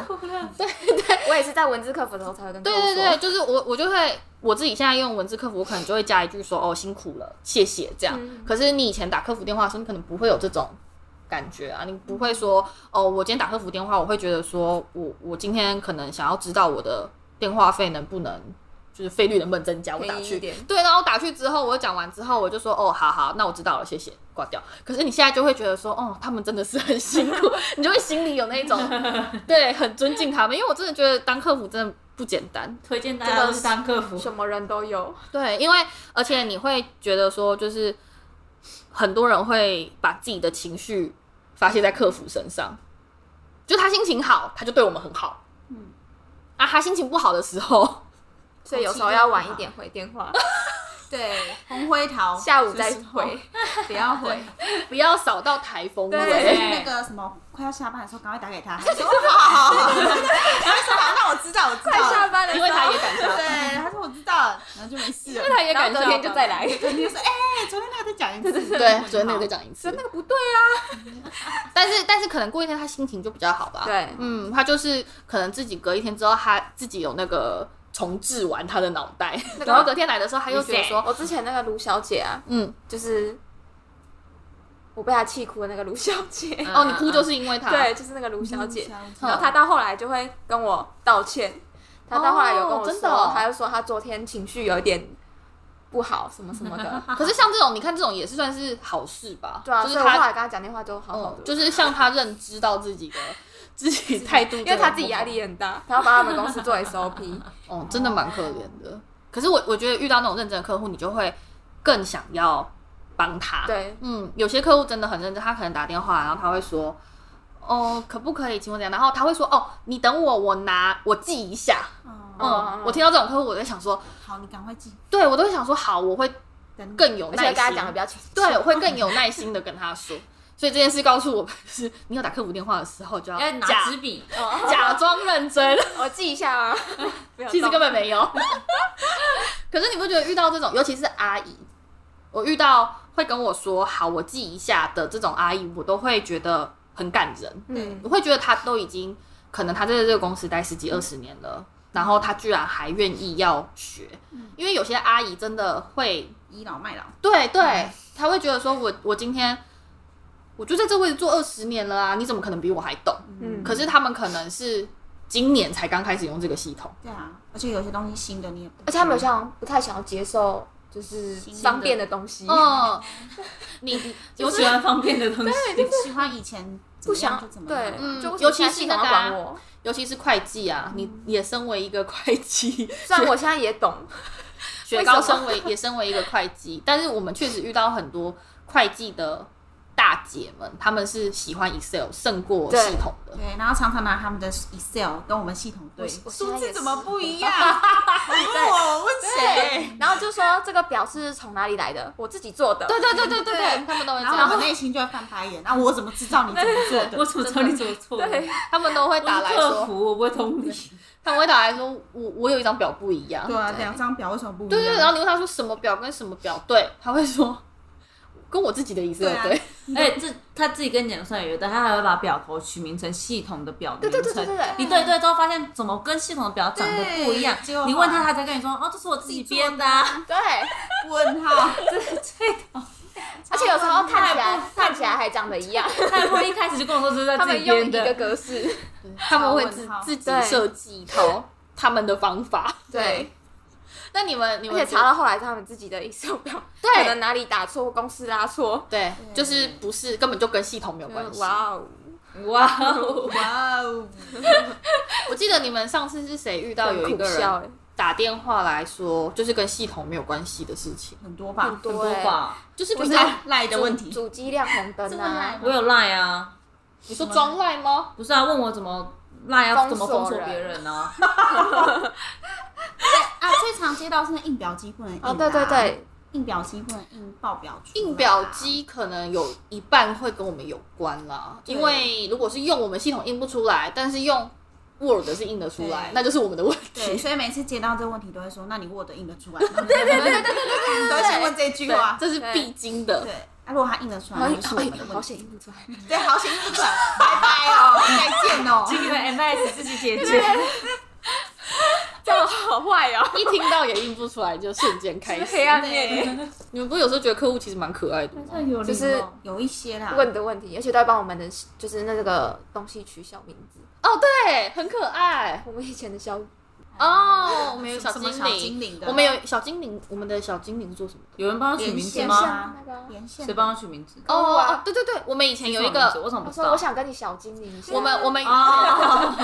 [SPEAKER 2] 我也是在文字客服的时候才会跟客
[SPEAKER 1] 对
[SPEAKER 2] 户说
[SPEAKER 1] 对对，就是我我就会我自己现在用文字客服，我可能就会加一句说哦辛苦了，谢谢这样。
[SPEAKER 2] 嗯
[SPEAKER 1] 可是你以前打客服电话的时候，你可能不会有这种感觉啊，你不会说哦，我今天打客服电话，我会觉得说我我今天可能想要知道我的电话费能不能。就是费率能不能增加？我打
[SPEAKER 2] 便宜
[SPEAKER 1] 去
[SPEAKER 2] 一点，
[SPEAKER 1] 对，然后我打去之后，我讲完之后，我就说哦，好好，那我知道了，谢谢，挂掉。可是你现在就会觉得说，哦，他们真的是很辛苦，
[SPEAKER 2] [laughs]
[SPEAKER 1] 你就会心里有那一种对，很尊敬他们，因为我真的觉得当客服真的不简单。
[SPEAKER 3] 推荐大家都去当客服，
[SPEAKER 2] 什么人都有，
[SPEAKER 1] 对，因为而且你会觉得说，就是很多人会把自己的情绪发泄在客服身上，就他心情好，他就对我们很好。嗯
[SPEAKER 4] 嗯，
[SPEAKER 1] 啊，他心情不好的时候，
[SPEAKER 2] 所以有时候要晚一点回电 [laughs] 话，
[SPEAKER 4] 对，红灰桃
[SPEAKER 2] 下午再回，
[SPEAKER 4] 不要回。
[SPEAKER 1] 不要扫到台风
[SPEAKER 2] 对
[SPEAKER 4] 或者
[SPEAKER 1] 尾。
[SPEAKER 4] 是那个什么快要下班的时候，赶快打给他。他说哦好，他说好，那我知道，我知
[SPEAKER 2] 快
[SPEAKER 4] 道
[SPEAKER 2] 下
[SPEAKER 4] 了。
[SPEAKER 2] 班了，
[SPEAKER 1] 因为他也赶上
[SPEAKER 4] 对，他说我知道了，然后就没事了。
[SPEAKER 1] 他也
[SPEAKER 2] 然后昨天就 [laughs] 再来，
[SPEAKER 4] 昨天就说，哎，昨天那个再讲一次。
[SPEAKER 1] 对，昨天那个再讲一次，
[SPEAKER 2] 那个不对，啊
[SPEAKER 1] [laughs] 但是但是可能过一天他心情就比较好吧。
[SPEAKER 2] 对
[SPEAKER 1] 嗯，他就是可能自己隔一天之后，他自己有那个重置完他的脑袋，
[SPEAKER 2] 那个
[SPEAKER 1] 然后隔天来的时候，他又觉得说，
[SPEAKER 2] 我之前那个卢小姐啊，
[SPEAKER 1] 嗯，
[SPEAKER 2] 就是我被她气哭的那个卢小姐，
[SPEAKER 3] 嗯
[SPEAKER 1] 哦，你哭就是因为他，
[SPEAKER 2] [laughs] 对，就是那个卢小姐。
[SPEAKER 1] 嗯
[SPEAKER 2] 然后她到后来就会跟我道歉，她到后来有跟我
[SPEAKER 1] 哦真
[SPEAKER 2] 说，
[SPEAKER 1] 的哦
[SPEAKER 2] 她就说她昨天情绪有一点不好，什么什
[SPEAKER 1] [laughs]
[SPEAKER 2] 么的。
[SPEAKER 1] 可是像这种，你看这种也是算是好事吧？
[SPEAKER 2] 对啊，
[SPEAKER 1] 就
[SPEAKER 2] 所以
[SPEAKER 1] 是
[SPEAKER 2] 我后
[SPEAKER 1] 他，
[SPEAKER 2] 来跟她讲电话都好好
[SPEAKER 1] 嗯
[SPEAKER 2] 的，，
[SPEAKER 1] 就是像他认知到自己的自己态度，
[SPEAKER 2] 因为她自己压，力
[SPEAKER 1] [laughs]
[SPEAKER 2] 很大，她要帮他们公司做 SOP。
[SPEAKER 1] 哦，真的蛮可怜的。可是我我觉得遇到那种认真的客户，你就会更想要帮他。，[laughs]
[SPEAKER 2] [laughs] 对，
[SPEAKER 1] 嗯，有些客户真的很认真，他可能打电话，然后他会说。哦，可不可以？请问怎样？然后他会说：“哦，你等我，我拿我记一下。”
[SPEAKER 4] 哦，
[SPEAKER 1] 嗯
[SPEAKER 2] 嗯，
[SPEAKER 1] 我听到这种客户，我在想说，
[SPEAKER 4] 好，你赶快记，
[SPEAKER 1] 对我都会想说，好，我会
[SPEAKER 4] 等
[SPEAKER 1] 更有
[SPEAKER 2] 而且
[SPEAKER 1] 耐
[SPEAKER 2] 跟她
[SPEAKER 1] 心，
[SPEAKER 2] 讲的比较清楚。
[SPEAKER 1] 对，我会更有耐心的跟他说。所以这件事告诉我们，就是你有打客服电话的时候，就
[SPEAKER 3] 要
[SPEAKER 1] 要
[SPEAKER 3] 拿
[SPEAKER 1] 假
[SPEAKER 3] 纸笔，
[SPEAKER 2] 哦，
[SPEAKER 1] 假装认真，
[SPEAKER 2] [laughs] 我记一
[SPEAKER 1] [laughs]
[SPEAKER 2] 下啊。没有
[SPEAKER 1] 其实
[SPEAKER 2] 动
[SPEAKER 1] 根本没有。 [laughs] 可是你不觉得遇到这种，尤其是阿姨，我遇到会跟我说“好，我记一下”的这种阿姨，我都会觉得很感人。
[SPEAKER 2] 嗯
[SPEAKER 1] 我会觉得他都已经可能他在这个公司待十几二十年了，然后他居然还愿意要学，因为有些阿姨真的会，
[SPEAKER 4] 倚老卖老。
[SPEAKER 1] 对对，她会觉得说我我今天我就在这位置做二十年了啊，你怎么可能比我还懂？
[SPEAKER 2] 嗯，
[SPEAKER 1] 可是他们可能是今年才刚开始用这个系统，
[SPEAKER 4] 对啊，而且有些东西新的你也不，
[SPEAKER 2] 而且他们好像不太想要接受就是
[SPEAKER 4] 新的
[SPEAKER 2] 方便的东西。
[SPEAKER 1] 嗯， [laughs]
[SPEAKER 4] 你
[SPEAKER 3] 我喜欢方便的东西，
[SPEAKER 4] 喜欢以前
[SPEAKER 2] 不
[SPEAKER 4] 不
[SPEAKER 2] 想
[SPEAKER 4] 就怎么
[SPEAKER 2] 对
[SPEAKER 4] 样，
[SPEAKER 1] 嗯
[SPEAKER 2] 就为什
[SPEAKER 1] 尤
[SPEAKER 2] 么
[SPEAKER 1] 其
[SPEAKER 2] 现在
[SPEAKER 1] 是
[SPEAKER 2] 系
[SPEAKER 1] 那
[SPEAKER 2] 统要
[SPEAKER 1] 个啊
[SPEAKER 2] 管我。
[SPEAKER 1] 尤其是会计啊，你也身为一个会计，
[SPEAKER 2] 虽然我现在也懂，
[SPEAKER 1] 雪糕身为也身为一个会计，但是我们确实遇到很多会计的大姐们，他们是喜欢 Excel 胜过
[SPEAKER 2] 对
[SPEAKER 1] 系统的。
[SPEAKER 4] 对，然后常常拿他们的 Excel 跟我们系统对，
[SPEAKER 2] 我我现
[SPEAKER 4] 数
[SPEAKER 2] 在也
[SPEAKER 4] 字
[SPEAKER 2] 是
[SPEAKER 4] 怎么不一样？你问我，我问谁？
[SPEAKER 2] 然后就说这个表是从哪里来的，我自己做的。
[SPEAKER 1] 对对对对对对，他们都会这
[SPEAKER 4] 然后我们
[SPEAKER 1] 样，
[SPEAKER 4] 内心就会翻白眼，那我怎么知道你怎么做的？
[SPEAKER 3] [laughs] 我怎么知道你怎么错？
[SPEAKER 2] 对，
[SPEAKER 1] 他们都会打
[SPEAKER 3] 我
[SPEAKER 1] 来
[SPEAKER 3] 是客
[SPEAKER 1] 说，
[SPEAKER 3] 服，我不会通你。
[SPEAKER 1] 他们会打来说，我我有一张表不一样。
[SPEAKER 4] 对嗯啊，两张表为什么不一样？
[SPEAKER 1] 对对，然后你问他说什么表跟什么表对，他会说跟我自己的 Excel
[SPEAKER 4] 啊
[SPEAKER 1] 对。
[SPEAKER 3] 而且哎这他自己跟你讲算有的，他还会把表头取名成系统的表名称。
[SPEAKER 2] 对对对对对对
[SPEAKER 3] 你对一对之后发现怎么跟系统的表长得不一样
[SPEAKER 4] 对结果？
[SPEAKER 3] 你问他，他才跟你说哦，这是我自己编的、啊。
[SPEAKER 2] 对，
[SPEAKER 4] 问号，
[SPEAKER 2] 而且有时候看
[SPEAKER 3] 太
[SPEAKER 2] 起来看起来还长得一样，
[SPEAKER 3] 他也不会一开始就跟我说这是
[SPEAKER 2] 他
[SPEAKER 3] 他自
[SPEAKER 2] 们
[SPEAKER 3] 己
[SPEAKER 2] 用
[SPEAKER 3] 编
[SPEAKER 2] 一个
[SPEAKER 3] 的。
[SPEAKER 2] 格式。
[SPEAKER 1] 他们会自
[SPEAKER 4] 超问号
[SPEAKER 1] 自己
[SPEAKER 2] 对
[SPEAKER 1] 设计一套他们的方法。
[SPEAKER 2] 对，
[SPEAKER 1] 那你们你
[SPEAKER 2] 而
[SPEAKER 1] 们
[SPEAKER 2] 且
[SPEAKER 1] 觉
[SPEAKER 2] 查到后来是他们自己的 Excel 表，
[SPEAKER 1] 对
[SPEAKER 2] 可能哪里打错，公司拉错。
[SPEAKER 1] 对，就是不是根本就跟系统没有关系。
[SPEAKER 2] 哇哦，
[SPEAKER 3] 哇哦！ [laughs]
[SPEAKER 4] 哇哦，
[SPEAKER 1] 我记得你们上次是谁遇到有一个
[SPEAKER 2] 很苦笑
[SPEAKER 1] 人
[SPEAKER 2] 欸
[SPEAKER 1] 打电话来说，就是跟系统没有关系的事情，
[SPEAKER 4] 很多吧，
[SPEAKER 2] 多
[SPEAKER 3] 很多吧，
[SPEAKER 1] 就是不
[SPEAKER 4] 就是是赖的问题，
[SPEAKER 2] 主机亮红灯啊，
[SPEAKER 3] 我有赖啊，
[SPEAKER 1] 你说装赖吗？
[SPEAKER 3] 不是啊？问我怎么赖要
[SPEAKER 2] 封锁
[SPEAKER 3] 怎么封锁
[SPEAKER 2] 人
[SPEAKER 3] 别人呢、啊？
[SPEAKER 4] 啊，最常接到是那印表机不能印、啊。
[SPEAKER 2] 哦，对对，对，
[SPEAKER 4] 印表机不能印报表出来啊
[SPEAKER 1] 印表机可能有一半会跟我们有关啦，因为如果是用我们系统印不出来，但是用 Word 是印得出来
[SPEAKER 4] 对，
[SPEAKER 1] 那就是我们的问
[SPEAKER 4] 对，
[SPEAKER 1] 题。
[SPEAKER 4] 所以每次接到这个问题都会说，那你 Word 印得出来吗？对对对对对对，都会先问这
[SPEAKER 1] [laughs]
[SPEAKER 4] 句
[SPEAKER 1] 对啊
[SPEAKER 4] 话，。
[SPEAKER 1] 这是必经的。
[SPEAKER 4] 对，啊，如果他印得出来，那就是我们的
[SPEAKER 2] 好
[SPEAKER 4] 问题。
[SPEAKER 2] 险印不出来。
[SPEAKER 4] 对，好险印不出来，拜拜哦，再见哦。
[SPEAKER 3] 请你们 MS 自己解决。
[SPEAKER 2] 这么好坏哦，
[SPEAKER 1] 一听到也印不出来，就瞬间
[SPEAKER 2] [laughs]
[SPEAKER 1] 开
[SPEAKER 2] 黑
[SPEAKER 1] 心。
[SPEAKER 2] 暗面
[SPEAKER 1] 你们不是有时候觉得客户其实蛮可爱的吗？
[SPEAKER 3] 有
[SPEAKER 2] 就是
[SPEAKER 4] 有一些啦，
[SPEAKER 2] 问的问题，而且都会帮我们的就是那个东西取小名字。
[SPEAKER 1] 哦，对，很可爱
[SPEAKER 2] 我们以前的小
[SPEAKER 1] 哦。我们有
[SPEAKER 4] 什么
[SPEAKER 1] 精
[SPEAKER 4] 小
[SPEAKER 1] 灵，
[SPEAKER 4] 精灵的，
[SPEAKER 1] 我们有小精灵，我们的小精灵做什么？
[SPEAKER 3] [laughs] 有人帮我取名字
[SPEAKER 4] 连线
[SPEAKER 3] 吗？
[SPEAKER 4] 吗
[SPEAKER 2] 那个，
[SPEAKER 4] 连线
[SPEAKER 3] 谁帮我取名字？
[SPEAKER 1] 哦
[SPEAKER 2] 物啊
[SPEAKER 1] 哦，对对对，我们以前有一
[SPEAKER 3] 什么名字
[SPEAKER 1] 个，
[SPEAKER 3] 我怎么
[SPEAKER 2] 我
[SPEAKER 3] 不知
[SPEAKER 2] 说
[SPEAKER 3] 道？
[SPEAKER 2] 我想跟你小精灵一下。
[SPEAKER 1] 我们我们
[SPEAKER 3] 哦，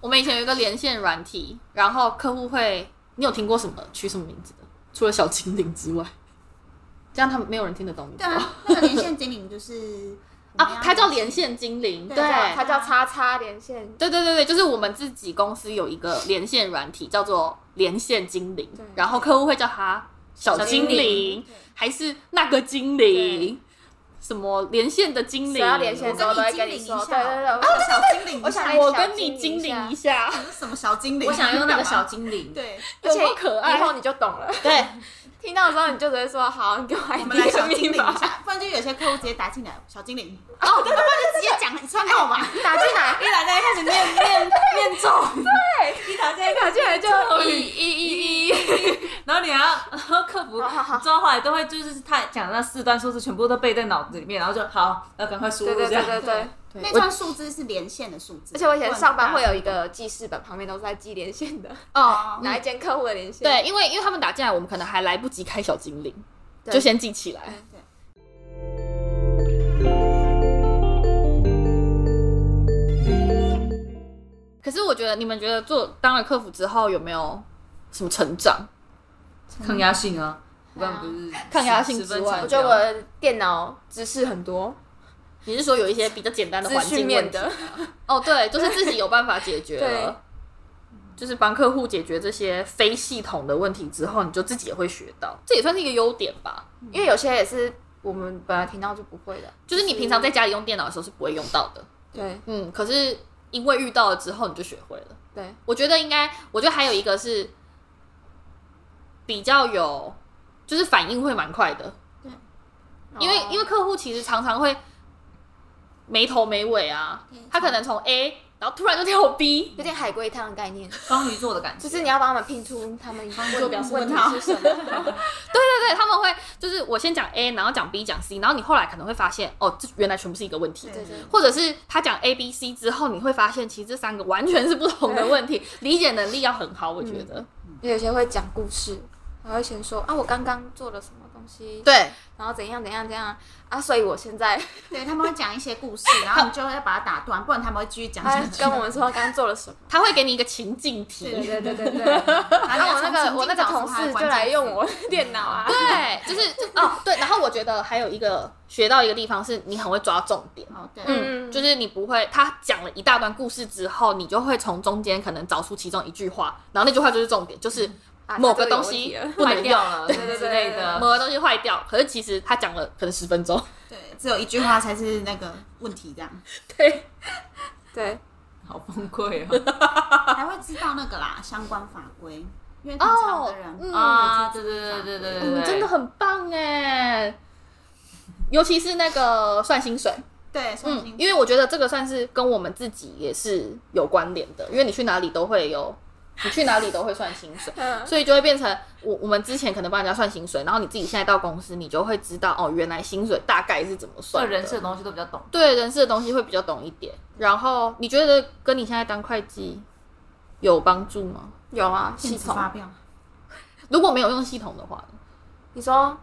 [SPEAKER 1] 我们以前有一个连线软体，然后客户会，你有听过什么取什么名字的？除了小精灵之外，这样他们没有人听得懂你知
[SPEAKER 4] 对
[SPEAKER 1] 道吗
[SPEAKER 4] 啊，那个连线精灵就是
[SPEAKER 1] 啊，它叫连线精灵，对
[SPEAKER 4] 对。
[SPEAKER 2] 它啊叫叉叉连线，
[SPEAKER 1] 对对对对，就是我们自己公司有一个连线软体，叫做连线精灵
[SPEAKER 2] 对，
[SPEAKER 1] 然后客户会叫它小精
[SPEAKER 3] 小精
[SPEAKER 1] 灵
[SPEAKER 3] 灵，
[SPEAKER 1] 还是那个精灵，什么连线的精
[SPEAKER 2] 只
[SPEAKER 1] 灵，
[SPEAKER 2] 要连线的时
[SPEAKER 1] 我
[SPEAKER 2] 候都会跟你说，对对对，我
[SPEAKER 4] 啊，小精灵一下，
[SPEAKER 2] 我想
[SPEAKER 1] 跟
[SPEAKER 2] 来
[SPEAKER 1] 我跟你精
[SPEAKER 2] 精
[SPEAKER 1] 灵
[SPEAKER 2] 灵
[SPEAKER 1] 一
[SPEAKER 2] 一
[SPEAKER 1] 下，
[SPEAKER 4] 这是什么小精灵？
[SPEAKER 3] 我想用那个小
[SPEAKER 4] 精
[SPEAKER 3] 精 [laughs] 灵。
[SPEAKER 4] 对，
[SPEAKER 2] 而且
[SPEAKER 1] 有多可爱
[SPEAKER 2] 以后你就懂了。
[SPEAKER 1] 对，
[SPEAKER 2] [laughs] 听到的时候你就只会说好，你给我
[SPEAKER 4] 我们来小
[SPEAKER 2] idea
[SPEAKER 4] 精灵
[SPEAKER 2] 密
[SPEAKER 4] 一
[SPEAKER 2] 码，
[SPEAKER 4] 下，不然就有些客户直接打进来小精灵，哦，对对对，就直接讲你算号码，
[SPEAKER 2] 打进来，
[SPEAKER 3] 一来大家开始念念念咒，对，一打在
[SPEAKER 2] 打进来就
[SPEAKER 3] 一一一一，然后你还要然后客服
[SPEAKER 2] 好好好
[SPEAKER 3] 之后后来都会就是他讲的那四段数字全部都背在脑子里面，然后就好，要赶快输入
[SPEAKER 2] 对对
[SPEAKER 3] 这
[SPEAKER 2] 对
[SPEAKER 3] 样。
[SPEAKER 2] 对对。
[SPEAKER 4] 那串数字是连线的数字，
[SPEAKER 2] 而且我以前上班会有一个记事本，旁边都是在记连线的，
[SPEAKER 1] 哦，
[SPEAKER 4] 嗯
[SPEAKER 2] 哪一间客户的连线。
[SPEAKER 1] 对，因为因为他们打进来，我们可能还来不及开小精灵，
[SPEAKER 2] 对
[SPEAKER 1] 就先记起来。
[SPEAKER 4] 对。
[SPEAKER 1] 可是我觉得，你们觉得做当了客服之后有没有什么成长？
[SPEAKER 3] 抗压性啊，我刚刚不
[SPEAKER 2] 嗯
[SPEAKER 3] 是
[SPEAKER 1] 抗压性
[SPEAKER 3] 十分
[SPEAKER 1] 之外
[SPEAKER 3] 强
[SPEAKER 2] 我
[SPEAKER 3] 调
[SPEAKER 2] 觉得我的电脑知识很多，
[SPEAKER 1] 你是说有一些比较简单的
[SPEAKER 2] 资
[SPEAKER 1] 环境
[SPEAKER 2] 讯
[SPEAKER 1] 问
[SPEAKER 2] 面
[SPEAKER 1] 题
[SPEAKER 2] 的？，
[SPEAKER 1] 哦，对，就是自己有办法解
[SPEAKER 2] [laughs]
[SPEAKER 1] 决了，就是帮客户解决这些非系统的问题之后，你就自己也会学到，这也算是一个优点吧。
[SPEAKER 2] 因为有些也是我们本来听到就不会的。
[SPEAKER 1] 就是你平常在家里用电脑的时候是不会用到的，
[SPEAKER 2] 对
[SPEAKER 1] 嗯，可是因为遇到了之后你就学会了。
[SPEAKER 2] 对，
[SPEAKER 1] 我觉得应该，我觉得还有一个是比较有，就是反应会蛮快的，因
[SPEAKER 2] 哦
[SPEAKER 1] 为、因为客户其实常常会没头没尾啊，他可能从 A，然后突然就跳 B，
[SPEAKER 2] 有点海龟汤的概念，
[SPEAKER 1] 啊
[SPEAKER 3] 双鱼座的感觉，
[SPEAKER 2] 就是你要帮他们拼出他们问
[SPEAKER 1] [laughs]
[SPEAKER 4] 做表示
[SPEAKER 2] 问
[SPEAKER 4] 问号
[SPEAKER 2] 题是什么。
[SPEAKER 1] 对对，他们会就是我先讲 A，然后讲 B 讲 C，然后你后来可能会发现哦，这原来全部是一个问题。
[SPEAKER 2] 对对
[SPEAKER 1] 或者是他讲 A、B、C 之后，你会发现其实这三个嗯完全是不同的问题，理解能力要很好，我觉得。
[SPEAKER 2] 有些会讲故事，我会先说啊，我刚刚做了什么东西，，
[SPEAKER 1] 对，
[SPEAKER 2] 然后怎样怎样怎样啊，所以我现
[SPEAKER 1] [laughs]
[SPEAKER 2] 在
[SPEAKER 4] 对他们会讲一些
[SPEAKER 2] [laughs]
[SPEAKER 4] 故事，然后你就会把它打断，不然他们会继续讲
[SPEAKER 2] 他
[SPEAKER 4] 下
[SPEAKER 2] 会 [laughs]
[SPEAKER 4] 去。
[SPEAKER 2] 跟我们说刚刚做了
[SPEAKER 1] [laughs]
[SPEAKER 2] 什么。
[SPEAKER 1] 他会给你一个情境题，
[SPEAKER 4] 对对对对对。然
[SPEAKER 2] 然
[SPEAKER 4] 后
[SPEAKER 2] 啊后我那个我那个同事就来用我的电脑啊，
[SPEAKER 1] 对，就是就哦对，然后我觉得还有一个学到一个地方是你很会抓重点，
[SPEAKER 4] 哦对，
[SPEAKER 1] 嗯，
[SPEAKER 2] 嗯
[SPEAKER 1] 就是你不会他讲了一大段故事之后，你就会从中间可能找出其中一句话，然后那句话就是重点，就是
[SPEAKER 2] 啊
[SPEAKER 1] 某个东西不
[SPEAKER 3] [laughs] 坏
[SPEAKER 1] 能用
[SPEAKER 3] 掉，了
[SPEAKER 2] 对对对
[SPEAKER 3] 之类
[SPEAKER 1] 某个
[SPEAKER 3] 的。
[SPEAKER 1] 东西坏掉，可是其实他讲了可能十分钟，
[SPEAKER 4] 对，只有一句话才是那个问题，这
[SPEAKER 2] [laughs]
[SPEAKER 4] 样
[SPEAKER 1] 对，
[SPEAKER 2] 对，
[SPEAKER 3] 好崩溃
[SPEAKER 2] [laughs]
[SPEAKER 3] 哦！
[SPEAKER 4] 才会知道那个啦，相关法规，因为很常的
[SPEAKER 2] 哦
[SPEAKER 4] 人，哦
[SPEAKER 1] 嗯
[SPEAKER 3] 啊，对对对对对
[SPEAKER 1] 你
[SPEAKER 3] 对
[SPEAKER 1] 们
[SPEAKER 3] 对，
[SPEAKER 1] 嗯真的很棒哎，尤其是那个算薪水，
[SPEAKER 4] 对，所以
[SPEAKER 1] 嗯，因为我觉得这个算是跟我们自己也是有关联的，因为你去哪里都会有，你去哪里都会算薪
[SPEAKER 2] [laughs]
[SPEAKER 1] 水，
[SPEAKER 2] 嗯
[SPEAKER 1] 所以就会变成我我们之前可能帮人家算薪水，然后你自己现在到公司，你就会知道哦，原来薪水大概是怎么
[SPEAKER 3] 对
[SPEAKER 1] 算的。
[SPEAKER 3] 人设的东西都比较懂。
[SPEAKER 1] 对人事的东西会比较懂一点。然后你觉得跟你现在当会计有帮助吗？
[SPEAKER 2] 有啊，系
[SPEAKER 4] 电子
[SPEAKER 2] 统
[SPEAKER 4] 发票，
[SPEAKER 1] 如果没有用系统的话，
[SPEAKER 2] 你说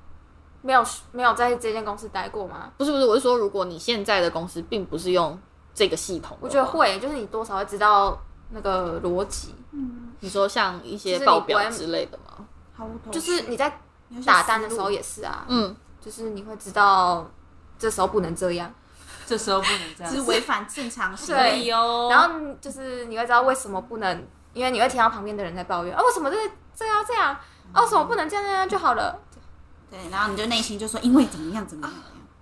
[SPEAKER 2] 没有没有在这间公司待过吗？
[SPEAKER 1] 不是不是，我是说，如果你现在的公司并不是用这个系统的话，
[SPEAKER 2] 我觉得会，就是你多少会知道那个逻辑，
[SPEAKER 4] 嗯，
[SPEAKER 1] 你说像一些
[SPEAKER 2] 就是你
[SPEAKER 1] 报
[SPEAKER 2] 不
[SPEAKER 1] 表
[SPEAKER 2] 会
[SPEAKER 1] 之类的吗？
[SPEAKER 4] 毫无头绪
[SPEAKER 2] 就是你在
[SPEAKER 4] 有一些
[SPEAKER 2] 打单的
[SPEAKER 4] 思
[SPEAKER 2] 时
[SPEAKER 4] 路
[SPEAKER 2] 候也是啊，
[SPEAKER 1] 嗯，
[SPEAKER 2] 就是你会知道这时候不能这样，
[SPEAKER 3] 这时候不能这样
[SPEAKER 4] 是
[SPEAKER 3] 子，
[SPEAKER 4] 违反正常行
[SPEAKER 2] 对
[SPEAKER 4] 为，
[SPEAKER 3] 可以哦。
[SPEAKER 2] 然后就是你会知道为什么不能，因为你会听到旁边的人在抱怨啊，为什么这这要这样，啊，为什么不能这样这样就好了？
[SPEAKER 4] 对，然后你就内心就说，因为怎么样怎么样，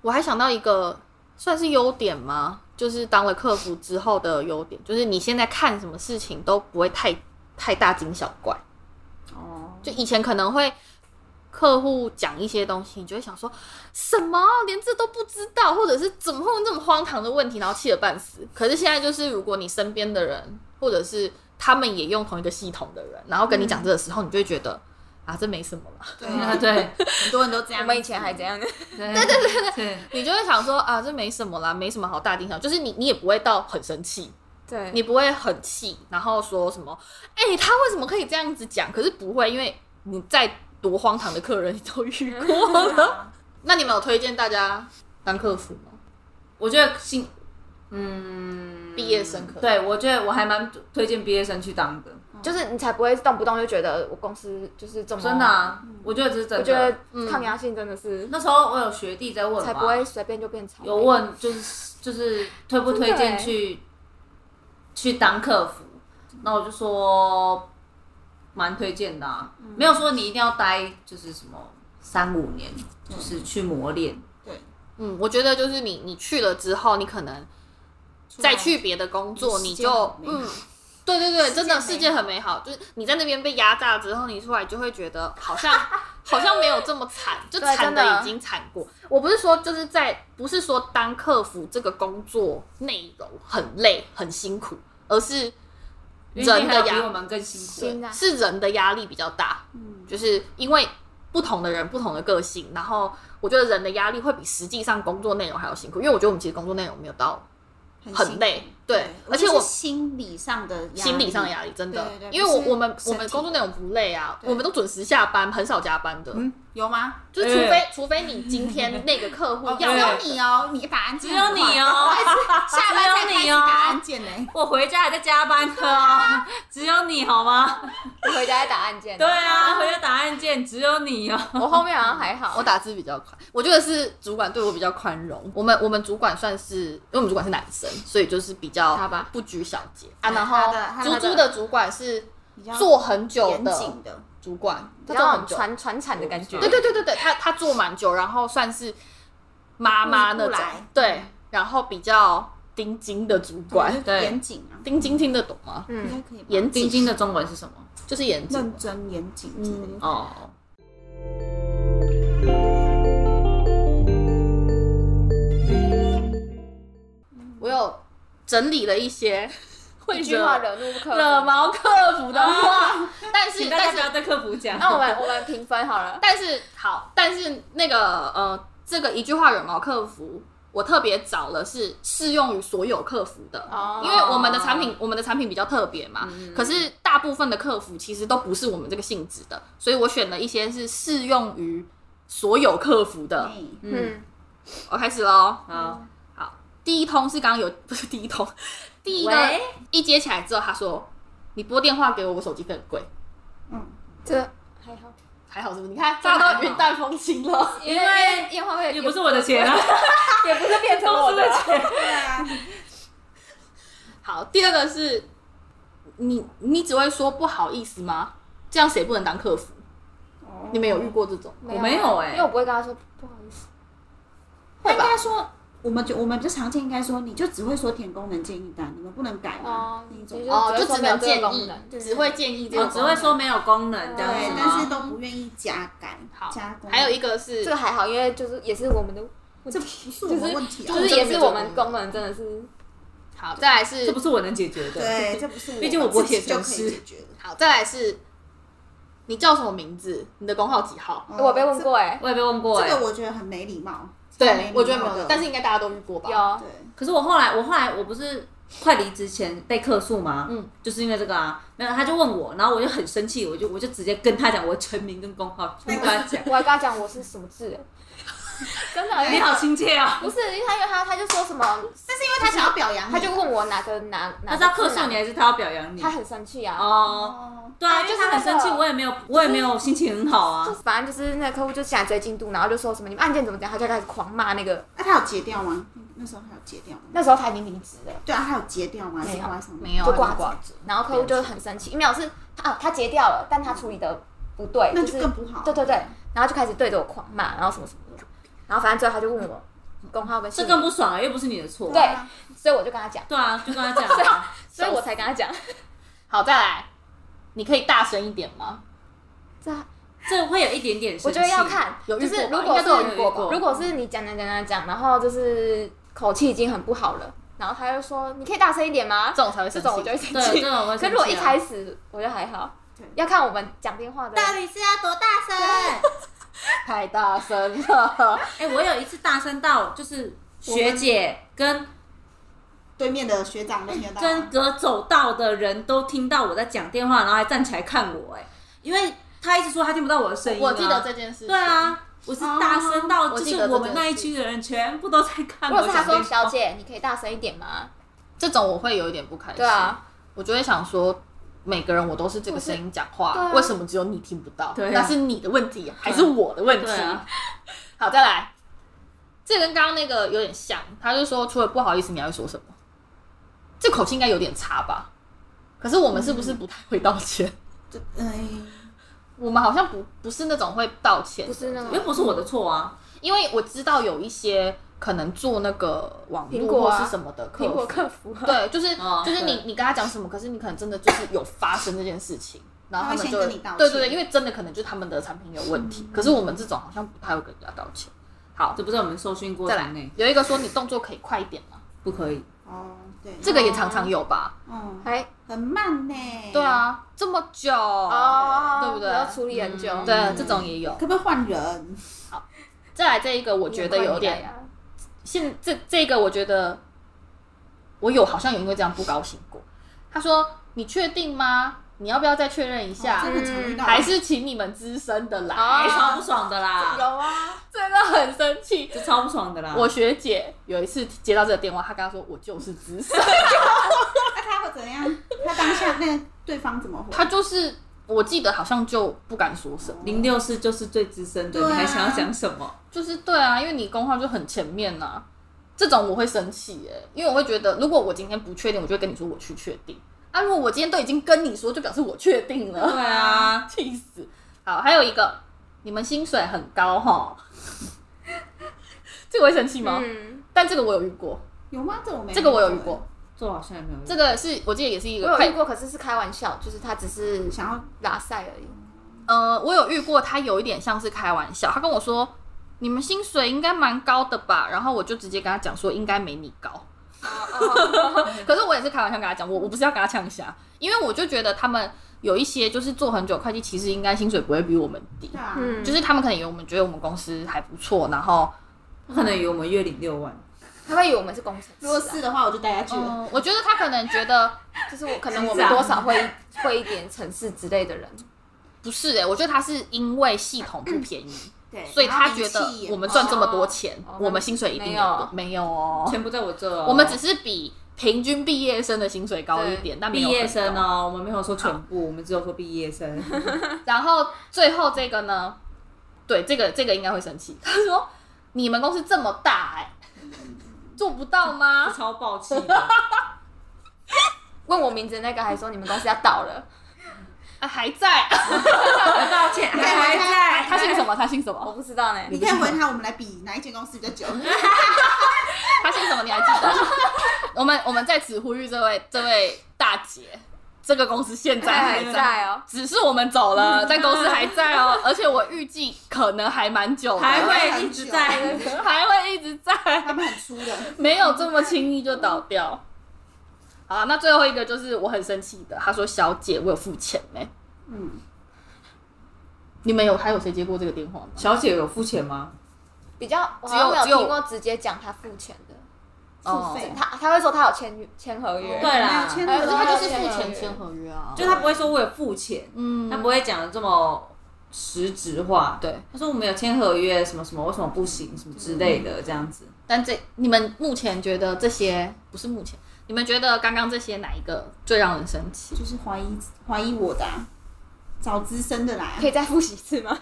[SPEAKER 1] 我还想到一个算是优点吗？就是当了客服之后的优点，就是你现在看什么事情都不会太太大惊小怪。
[SPEAKER 4] 哦，
[SPEAKER 1] 就以前可能会客户讲一些东西，你就会想说什么连这都不知道，或者是怎么会有这么荒唐的问题，然后气得半死。可是现在就是，如果你身边的人或者是他们也用同一个系统的人，然后跟你讲这个时候，你就会觉得啊，这没什么啦。
[SPEAKER 4] 对
[SPEAKER 3] 啊
[SPEAKER 2] [laughs]
[SPEAKER 3] 对
[SPEAKER 4] 很多人都这样。
[SPEAKER 2] 我们以前还怎样呢？
[SPEAKER 3] 对对对对，
[SPEAKER 1] 你就会想说啊，这没什么啦，没什么好大惊小，就是你你也不会到很生气，
[SPEAKER 2] 对，
[SPEAKER 1] 你不会很气，然后说什么，哎、他为什么可以这样子讲？可是不会，因为你再多荒唐的客人你都遇过 [laughs] 了。
[SPEAKER 4] 啊
[SPEAKER 1] 那你们有推荐大家当客服吗？
[SPEAKER 3] 我觉得新嗯
[SPEAKER 1] 毕业生可能
[SPEAKER 3] 对我觉得我还蛮推荐毕业生去当的，
[SPEAKER 2] 就是你才不会动不动就觉得我公司就是这么
[SPEAKER 3] 真的、啊，我觉得这是真的。
[SPEAKER 2] 哦我觉得抗压性真的是、
[SPEAKER 3] 那时候我有学弟在问嘛，
[SPEAKER 2] 才不会随便就变吵。
[SPEAKER 3] 有问就是就是推不推
[SPEAKER 2] 真
[SPEAKER 3] 荐
[SPEAKER 2] 的欸
[SPEAKER 3] 去去当客服，那我就说蛮推荐的、啊，
[SPEAKER 2] 嗯
[SPEAKER 3] 没有说你一定要待就是什么三五年，
[SPEAKER 2] 嗯
[SPEAKER 3] 就是去磨练。
[SPEAKER 4] 对，
[SPEAKER 1] 嗯，我觉得就是你你去了之后，你可能再去别的工作，
[SPEAKER 4] 世
[SPEAKER 1] 你
[SPEAKER 4] 界
[SPEAKER 1] 就
[SPEAKER 4] 很美好
[SPEAKER 1] 嗯，对对对，真的
[SPEAKER 4] 世
[SPEAKER 1] 世
[SPEAKER 4] 界
[SPEAKER 1] 界
[SPEAKER 4] 美
[SPEAKER 1] 很美好。就是你在那边被压榨之后，你出来就会觉得好
[SPEAKER 4] [laughs]
[SPEAKER 1] 像好像没有这么惨，就
[SPEAKER 2] 对
[SPEAKER 1] 惨
[SPEAKER 2] 真的
[SPEAKER 1] 的已经惨过。我不是说就是在不是说当客服这个工作内容很累很辛苦，而是
[SPEAKER 3] 因为
[SPEAKER 1] 人
[SPEAKER 3] 你还要
[SPEAKER 1] 的
[SPEAKER 3] 比
[SPEAKER 1] 压
[SPEAKER 3] 我们更辛苦，
[SPEAKER 2] 心啊，
[SPEAKER 1] 是人的压力比较大，
[SPEAKER 4] 嗯，
[SPEAKER 1] 就是因为不同的人、不同的个性，然后我觉得人的压力会比实际上工作内容还要辛苦，因为我觉得我们其实工作内容没有到
[SPEAKER 4] 辛
[SPEAKER 1] 很
[SPEAKER 4] 苦
[SPEAKER 1] 累，对，而且
[SPEAKER 4] 是
[SPEAKER 1] 我
[SPEAKER 4] 心理上的压力
[SPEAKER 1] 心理上的压力真的，
[SPEAKER 4] 对对对
[SPEAKER 1] 因为我
[SPEAKER 4] 不是
[SPEAKER 1] 我们
[SPEAKER 4] 身体
[SPEAKER 1] 我们工作内容不累啊，
[SPEAKER 4] 对
[SPEAKER 1] 我们都准时下班，很少加班的，
[SPEAKER 4] 嗯，有吗？
[SPEAKER 1] 就除非、除非你今天那个
[SPEAKER 4] [laughs]
[SPEAKER 1] 客户
[SPEAKER 4] 哦，只
[SPEAKER 1] 要
[SPEAKER 4] 有
[SPEAKER 1] 要
[SPEAKER 4] 你哦，你打案
[SPEAKER 3] 只
[SPEAKER 4] 件
[SPEAKER 3] 有
[SPEAKER 4] 很快，
[SPEAKER 3] 你哦，
[SPEAKER 4] 下班才
[SPEAKER 3] 只
[SPEAKER 4] 开
[SPEAKER 3] 有
[SPEAKER 4] 始
[SPEAKER 3] 你
[SPEAKER 4] 打案
[SPEAKER 3] 哦。
[SPEAKER 4] 件呢。
[SPEAKER 3] 我回家还在加班的 [laughs] 哦，只有你好吗？
[SPEAKER 2] 我回家在打案件。
[SPEAKER 3] 对，啊，回家打案件只有你哦。
[SPEAKER 2] 我后面好像还好。
[SPEAKER 1] 我打字比较快，我觉得是主管对我比较宽容。我们我们主管算是，因为我们主管是男生，所以就是比较
[SPEAKER 2] 他吧
[SPEAKER 1] 不拘小节啊。然
[SPEAKER 4] 他
[SPEAKER 1] 后
[SPEAKER 4] 的他的
[SPEAKER 1] 猪猪的主管是
[SPEAKER 4] 较
[SPEAKER 1] 做很久
[SPEAKER 4] 严
[SPEAKER 1] 的
[SPEAKER 4] 谨的，
[SPEAKER 1] 主管，
[SPEAKER 2] 比
[SPEAKER 1] 他
[SPEAKER 2] 较
[SPEAKER 1] 做
[SPEAKER 2] 那
[SPEAKER 1] 很
[SPEAKER 2] 种
[SPEAKER 1] 久，
[SPEAKER 2] 传传产的感觉。
[SPEAKER 1] 对对对对对，他他做蛮久，然后算是妈妈那种
[SPEAKER 4] 顾来，
[SPEAKER 1] 对，然后比较钉钉的主管，
[SPEAKER 3] 对
[SPEAKER 4] 严谨啊，
[SPEAKER 1] 钉钉听得懂吗？
[SPEAKER 4] [laughs] 应该
[SPEAKER 2] 嗯，
[SPEAKER 4] 可以吧？
[SPEAKER 1] 严
[SPEAKER 3] 钉
[SPEAKER 1] 谨
[SPEAKER 3] 钉的中文是什么？
[SPEAKER 1] 就是严谨
[SPEAKER 4] 认，真严谨之类的。
[SPEAKER 3] 哦，
[SPEAKER 1] 我有整理了一些会
[SPEAKER 2] 一句话
[SPEAKER 1] 惹
[SPEAKER 2] 惹怒客户
[SPEAKER 1] [laughs] 惹毛客服的话，但是
[SPEAKER 3] 请大家
[SPEAKER 1] 但
[SPEAKER 3] 不
[SPEAKER 1] 是
[SPEAKER 3] 要对客服讲。
[SPEAKER 2] 那我们我们评分好了。
[SPEAKER 1] 但是好，但是那个呃，这个一句话惹毛客服我特别找了是适用于所有客服的，
[SPEAKER 2] 哦
[SPEAKER 1] 因为我们的产品我们的产品比较特别嘛。可是大部分的客服其实都不是我们这个性质的，所以我选了一些是适用于所有客服的。
[SPEAKER 4] 嗯
[SPEAKER 2] 嗯，
[SPEAKER 1] 我开始喽，
[SPEAKER 3] 好，
[SPEAKER 1] 第一通是刚刚有不是第一通， [laughs] 第一个
[SPEAKER 3] 喂
[SPEAKER 1] 一接起来之后，他说你拨电话给我，我手机费很贵。
[SPEAKER 4] 嗯
[SPEAKER 2] 这还好，
[SPEAKER 1] 还好是不是？你看， [laughs] 大家都云淡风轻了。
[SPEAKER 3] 因为
[SPEAKER 2] 烟花会
[SPEAKER 3] 也不是我的钱 [laughs] 啊，
[SPEAKER 2] 也不是变成我的，
[SPEAKER 4] 对啊，
[SPEAKER 1] [laughs] 好，第二个是，你你只会说不好意思吗？这样谁不能当客服？
[SPEAKER 4] 哦
[SPEAKER 1] 你们有遇过这种？
[SPEAKER 3] 我没有欸
[SPEAKER 2] 啊因为我不会跟他说不好意思，
[SPEAKER 4] 那应该说，我们就我们就常见应该说，你就只会说填功能建议单，你们不能改嘛
[SPEAKER 2] 哦
[SPEAKER 4] 那
[SPEAKER 2] 你
[SPEAKER 4] 种。
[SPEAKER 2] 就
[SPEAKER 1] 哦，
[SPEAKER 2] 只
[SPEAKER 1] 就
[SPEAKER 2] 会说
[SPEAKER 1] 只
[SPEAKER 2] 没有
[SPEAKER 1] 能
[SPEAKER 2] 这个
[SPEAKER 1] 建
[SPEAKER 2] 功
[SPEAKER 1] 议
[SPEAKER 2] 能，对
[SPEAKER 1] 只会建议这
[SPEAKER 3] 我
[SPEAKER 1] 个，
[SPEAKER 3] 哦只会说没有功能这样
[SPEAKER 4] 对
[SPEAKER 3] 子，哦
[SPEAKER 4] 但是
[SPEAKER 3] 吗？
[SPEAKER 4] 都不愿意加改。
[SPEAKER 1] 好
[SPEAKER 4] 加功能
[SPEAKER 1] 还有一个是
[SPEAKER 2] 这个还好，因为就是也是我们的问
[SPEAKER 4] 这
[SPEAKER 2] 题
[SPEAKER 4] 不，是我们问题啊，
[SPEAKER 2] 就是也是我们功能真的是
[SPEAKER 1] 好，再来是
[SPEAKER 3] 这不是我能解决的。
[SPEAKER 4] 对，这不是我，
[SPEAKER 3] 毕竟我不会
[SPEAKER 4] 自己
[SPEAKER 3] 写程
[SPEAKER 4] 就可以
[SPEAKER 3] 式
[SPEAKER 4] 解决了。
[SPEAKER 1] 好，再来是，你叫什么名字？你的工号几号？
[SPEAKER 4] 嗯
[SPEAKER 2] 我被问过哎，
[SPEAKER 3] 我也被问过
[SPEAKER 4] 这
[SPEAKER 3] 哎、
[SPEAKER 4] 这个我觉得很没礼貌。超没
[SPEAKER 1] 对
[SPEAKER 4] 礼，貌
[SPEAKER 1] 我觉得没
[SPEAKER 4] 的
[SPEAKER 1] 有，但是应该大家都遇过吧？
[SPEAKER 2] 有
[SPEAKER 4] 对，
[SPEAKER 3] 可是我后来，我后来我不是快离职前被客诉吗？
[SPEAKER 1] 嗯，
[SPEAKER 3] 就是因为这个啊，没有他就问我，然后我就很生气，我就我就直接跟他讲我全名跟工号，跟他讲，
[SPEAKER 2] 我还跟他讲我是什么字欸，真的，
[SPEAKER 3] [laughs]
[SPEAKER 2] 因
[SPEAKER 3] 你
[SPEAKER 2] 为
[SPEAKER 3] 好亲切啊、
[SPEAKER 2] 不是，因为他因为他他就说什么，
[SPEAKER 4] 但是因为他想要表扬你，
[SPEAKER 2] 他就问我哪个哪
[SPEAKER 3] 他
[SPEAKER 2] 哪个
[SPEAKER 3] 是要客
[SPEAKER 2] 字
[SPEAKER 3] 诉
[SPEAKER 2] 哪
[SPEAKER 3] 你，还是他要表扬你
[SPEAKER 2] 他？很生气啊，
[SPEAKER 3] 哦，
[SPEAKER 4] 哦，
[SPEAKER 3] 对啊，
[SPEAKER 2] 啊
[SPEAKER 3] 因为
[SPEAKER 2] 就是
[SPEAKER 3] 他很
[SPEAKER 2] 那
[SPEAKER 3] 生
[SPEAKER 2] 个
[SPEAKER 3] 气，我也没有，我也没有心情很好
[SPEAKER 2] 就
[SPEAKER 3] 啊。
[SPEAKER 2] 反正就是那个客户就想追进度，然后就说什么你们案件怎么怎样，他就开始狂骂那个。
[SPEAKER 4] 那他有截掉吗？那时候他有截掉吗？
[SPEAKER 2] 那时候他已经离职了，
[SPEAKER 4] 对啊，他有截掉吗？
[SPEAKER 2] 没有
[SPEAKER 4] 是挂在上面
[SPEAKER 1] 没有
[SPEAKER 2] 就
[SPEAKER 1] 还
[SPEAKER 2] 挂
[SPEAKER 1] 没挂
[SPEAKER 2] 职，然后客户就很生气，没有是他啊他截掉了，但他处理的不对，
[SPEAKER 4] 那
[SPEAKER 2] 就
[SPEAKER 4] 就是更不好。啊
[SPEAKER 2] 对对对，然后就开始对着我狂骂，然后什么什么的，然后反正最后他就问我工号跟
[SPEAKER 3] 这
[SPEAKER 2] 姓
[SPEAKER 3] 更
[SPEAKER 2] 名，
[SPEAKER 3] 不爽了，又不是你的错。
[SPEAKER 2] 对
[SPEAKER 4] 啊，
[SPEAKER 2] 所以我就跟他讲，
[SPEAKER 3] 对啊，就跟他
[SPEAKER 2] [laughs]
[SPEAKER 3] 讲啊，
[SPEAKER 2] 所以我才跟他讲，
[SPEAKER 1] 好，再来，你可以大声一点吗？
[SPEAKER 2] 这
[SPEAKER 3] 这会有一点点生
[SPEAKER 2] 我
[SPEAKER 3] 气。
[SPEAKER 2] 觉得要看，
[SPEAKER 1] 有遇
[SPEAKER 2] 就
[SPEAKER 1] 过
[SPEAKER 2] 是
[SPEAKER 1] 吧
[SPEAKER 2] 如果
[SPEAKER 1] 应该
[SPEAKER 2] 是
[SPEAKER 1] 都有遇过吧
[SPEAKER 2] 如果是你讲讲讲讲讲，然后就是口气已经很不好了，然后他就说你可以大声一点吗？
[SPEAKER 1] 这种才会
[SPEAKER 2] 这
[SPEAKER 1] 生气。
[SPEAKER 2] 种我就会生
[SPEAKER 3] 对，
[SPEAKER 2] 气。
[SPEAKER 3] 这种我会生气啊
[SPEAKER 2] 可是如果一开始我就还好
[SPEAKER 4] 对，
[SPEAKER 2] 要看我们讲电话的。
[SPEAKER 4] 底是要多大声？
[SPEAKER 1] 太大声 [laughs] 了，
[SPEAKER 3] 哎、我有一次大声到就是学姐跟
[SPEAKER 4] 对面的学长都听得到
[SPEAKER 3] 跟
[SPEAKER 4] 吗。
[SPEAKER 3] 隔走道的人都听到我在讲电话，然后还站起来看我、哎，因为他一直说他听不到我的声音、啊。
[SPEAKER 1] 我记得这件事。
[SPEAKER 3] 对，啊，我是大声到，
[SPEAKER 1] 我
[SPEAKER 3] 就
[SPEAKER 1] 记
[SPEAKER 3] 是
[SPEAKER 1] 得这件事
[SPEAKER 3] 我们那一区的人全部都在看
[SPEAKER 2] 如
[SPEAKER 3] 哦我
[SPEAKER 2] 果
[SPEAKER 3] 讲电
[SPEAKER 2] 是他
[SPEAKER 3] 话。
[SPEAKER 2] 说小姐，你可以大声一点吗？
[SPEAKER 1] 这种我会有一点不开心。
[SPEAKER 2] 对，啊，
[SPEAKER 1] 我就会想说，每个人我都是这个声音讲话，
[SPEAKER 2] 对啊
[SPEAKER 1] 为什么只有你听不到？
[SPEAKER 3] 对啊
[SPEAKER 1] 那是你的问题还是我的问题？
[SPEAKER 3] 对啊
[SPEAKER 1] [laughs] 好，再来，这跟刚刚那个有点像，他就说除了不好意思，你还会说什么？这口气应该有点差吧？可是我们是不是不太会道歉？ [laughs]
[SPEAKER 4] 就哎，
[SPEAKER 1] 我们好像不不是那种会道歉的，
[SPEAKER 2] 不是那种
[SPEAKER 3] 又不是我的错啊，
[SPEAKER 1] 因为我知道有一些可能做那个网
[SPEAKER 2] 苹
[SPEAKER 1] 络
[SPEAKER 2] 果啊
[SPEAKER 1] 或是什么的客
[SPEAKER 2] 苹
[SPEAKER 1] 服
[SPEAKER 2] 果，客服啊，
[SPEAKER 1] 对，就是、
[SPEAKER 3] 哦
[SPEAKER 1] 就是你
[SPEAKER 3] 对
[SPEAKER 1] 你跟他讲什么，可是你可能真的就是有发生这件事情，然后
[SPEAKER 4] 他会
[SPEAKER 1] 他们
[SPEAKER 4] 先
[SPEAKER 1] 就
[SPEAKER 4] 跟你道歉
[SPEAKER 1] 对对对，因为真的可能就是他们的产品有问题，可是我们这种好像不太会跟人家道歉。好，
[SPEAKER 3] 这不是我们受训过
[SPEAKER 1] 再
[SPEAKER 3] 程
[SPEAKER 1] 来
[SPEAKER 3] 内，
[SPEAKER 1] 有一个说你动作可以快一点吗？
[SPEAKER 3] 不可以。
[SPEAKER 4] 哦，对，
[SPEAKER 1] 这个也常常有吧？
[SPEAKER 4] 嗯，
[SPEAKER 2] 还
[SPEAKER 4] 很慢呢。
[SPEAKER 1] 对，啊，这么久，
[SPEAKER 2] 哦，
[SPEAKER 1] 对不对
[SPEAKER 2] 然后处理很久，
[SPEAKER 1] 对，这种也有。
[SPEAKER 4] 可不可以换人？
[SPEAKER 1] 再来这一个，我
[SPEAKER 2] 我
[SPEAKER 1] 觉得有点
[SPEAKER 2] 啊
[SPEAKER 1] 现这这个我觉得，我有好像有因为这样不高兴过。他说：“你确定吗？你要不要再确认一下？
[SPEAKER 4] 哦真的常遇到，
[SPEAKER 1] 啊还是请你们资深的来？”
[SPEAKER 2] 哦
[SPEAKER 3] 哎，超不爽的啦，
[SPEAKER 2] 有啊，
[SPEAKER 1] [laughs] 真的很生气。
[SPEAKER 3] 这超不爽的啦。
[SPEAKER 1] 我学姐有一次接到这个电话，她跟她说：“我就是资深。
[SPEAKER 4] 那他会怎样？他当下那个对方怎么”回？
[SPEAKER 1] 她就是我记得好像就不敢说什么，
[SPEAKER 3] 零六四就是最资深的，
[SPEAKER 4] 对啊
[SPEAKER 3] 你还想要讲什么？
[SPEAKER 1] 就是对啊，因为你公号就很前面呐、这种我会生气耶、因为我会觉得，如果我今天不确定，我就会跟你说我去确定。啊，如果我今天都已经跟你说，就表示我确定了。
[SPEAKER 3] 对啊，
[SPEAKER 1] 气死！好，还有一个，你们薪水很高
[SPEAKER 2] [laughs]
[SPEAKER 1] 哈，这个会生气吗？
[SPEAKER 2] 嗯，
[SPEAKER 1] 但这个我有遇过，
[SPEAKER 4] 有吗？这我没，
[SPEAKER 1] 这个我有遇过，，
[SPEAKER 3] 这我好像也没有遇过。
[SPEAKER 1] 这个是我记得也是一
[SPEAKER 2] 我
[SPEAKER 1] 个
[SPEAKER 2] 有
[SPEAKER 1] 快
[SPEAKER 2] 遇，过，可是是开玩笑，就是他只是
[SPEAKER 4] 想要
[SPEAKER 2] 拉塞而已。
[SPEAKER 1] 呃，我有遇过，他有一点像是开玩笑，他跟我说你们薪水应该蛮高的吧，然后我就直接跟他讲说应该没你高，
[SPEAKER 2] 嗯
[SPEAKER 1] 可是我也是开玩笑跟他讲，我我不是要跟他呛下，因为我就觉得他们有一些就是做很久会计，其实应该薪水不会比我们低
[SPEAKER 4] 对，啊，
[SPEAKER 2] 嗯，
[SPEAKER 1] 就是他们可能以为我们觉得我们公司还不错，然后
[SPEAKER 3] 他可能以为我们月领六万，
[SPEAKER 2] 他会以为我们是工程师、啊。
[SPEAKER 4] 如果是的话，我就带他去了。
[SPEAKER 1] 嗯，我觉得他可能觉得
[SPEAKER 2] 就是我可能我们多少会 [laughs] 会一点城市之类的人，
[SPEAKER 1] 不是哎、我觉得他是因为系统不便宜，
[SPEAKER 4] 对，
[SPEAKER 1] 所以
[SPEAKER 4] 然后
[SPEAKER 1] 他觉得
[SPEAKER 4] 仪器也
[SPEAKER 1] 我们
[SPEAKER 4] 不
[SPEAKER 1] 赚
[SPEAKER 4] 好
[SPEAKER 1] 这么多钱，
[SPEAKER 2] 哦
[SPEAKER 1] 我们薪水一定有多啊没有哦，
[SPEAKER 3] 全部在我这哦。
[SPEAKER 1] 我们只是比平均毕业生的薪水高一点，但没
[SPEAKER 3] 毕
[SPEAKER 1] 有
[SPEAKER 3] 业
[SPEAKER 1] 很
[SPEAKER 3] 生
[SPEAKER 1] 高
[SPEAKER 3] 哦，我们没有说全部，我们只有说毕业生。
[SPEAKER 1] 然后最后这个呢，对这个这个应该会生气。 [laughs] 他说：“你们公司这么大、哎，做不到吗
[SPEAKER 3] 超爆气的，
[SPEAKER 2] 问我名字那个还说你们公司要倒了，？”
[SPEAKER 1] 啊，还在， [laughs]
[SPEAKER 3] 道歉
[SPEAKER 4] 你可以回他，
[SPEAKER 1] 他姓什 [laughs] 么？他姓什
[SPEAKER 2] 我
[SPEAKER 1] 么？
[SPEAKER 2] 不知道呢。
[SPEAKER 4] 你可以回他，我们来比哪一间公司比较久。
[SPEAKER 1] 他姓什么？你还记得？ [laughs] 我们我们在此呼吁这位这位大姐，这个公司现在还
[SPEAKER 2] 还
[SPEAKER 1] 在。
[SPEAKER 2] 在哦，
[SPEAKER 1] 只是我们走了，但公司还在哦，而且我预计可能还蛮久的，
[SPEAKER 3] 还
[SPEAKER 1] 还
[SPEAKER 3] 会一直 [laughs] 在。
[SPEAKER 1] [laughs] 还会一直在。
[SPEAKER 4] 他们很粗的，
[SPEAKER 1] 没有这么轻易就倒掉。好啊，那最后一个就是我很生气的，他说：“小姐，我有付钱没、
[SPEAKER 4] 嗯，
[SPEAKER 1] 你们有还有谁接过这个电话吗？
[SPEAKER 3] 小姐有付钱吗？
[SPEAKER 2] 比较我
[SPEAKER 1] 只
[SPEAKER 2] 好
[SPEAKER 1] 有
[SPEAKER 2] 像
[SPEAKER 1] 只
[SPEAKER 2] 没有
[SPEAKER 1] 有
[SPEAKER 2] 听过直接讲他付钱的，
[SPEAKER 1] 哦
[SPEAKER 4] 付费，
[SPEAKER 2] 他他会说他有签签合约，
[SPEAKER 3] 对啦
[SPEAKER 4] 没有签
[SPEAKER 1] 可是他
[SPEAKER 4] 合约
[SPEAKER 1] 就是付钱签合约啊，
[SPEAKER 3] 就她不会说我有付钱，
[SPEAKER 1] 嗯，
[SPEAKER 3] 她不会讲的这么实质化。，
[SPEAKER 1] 对。
[SPEAKER 3] 她说我们有签合约，什么什么，为什么不行，什么之类的，这样子。
[SPEAKER 1] 但这你们目前觉得这些不是目前，你们觉得刚刚这些哪一个最让人生气？
[SPEAKER 4] 就是怀疑怀疑我的啊，找资深的来啊
[SPEAKER 2] 可以再复习一次吗？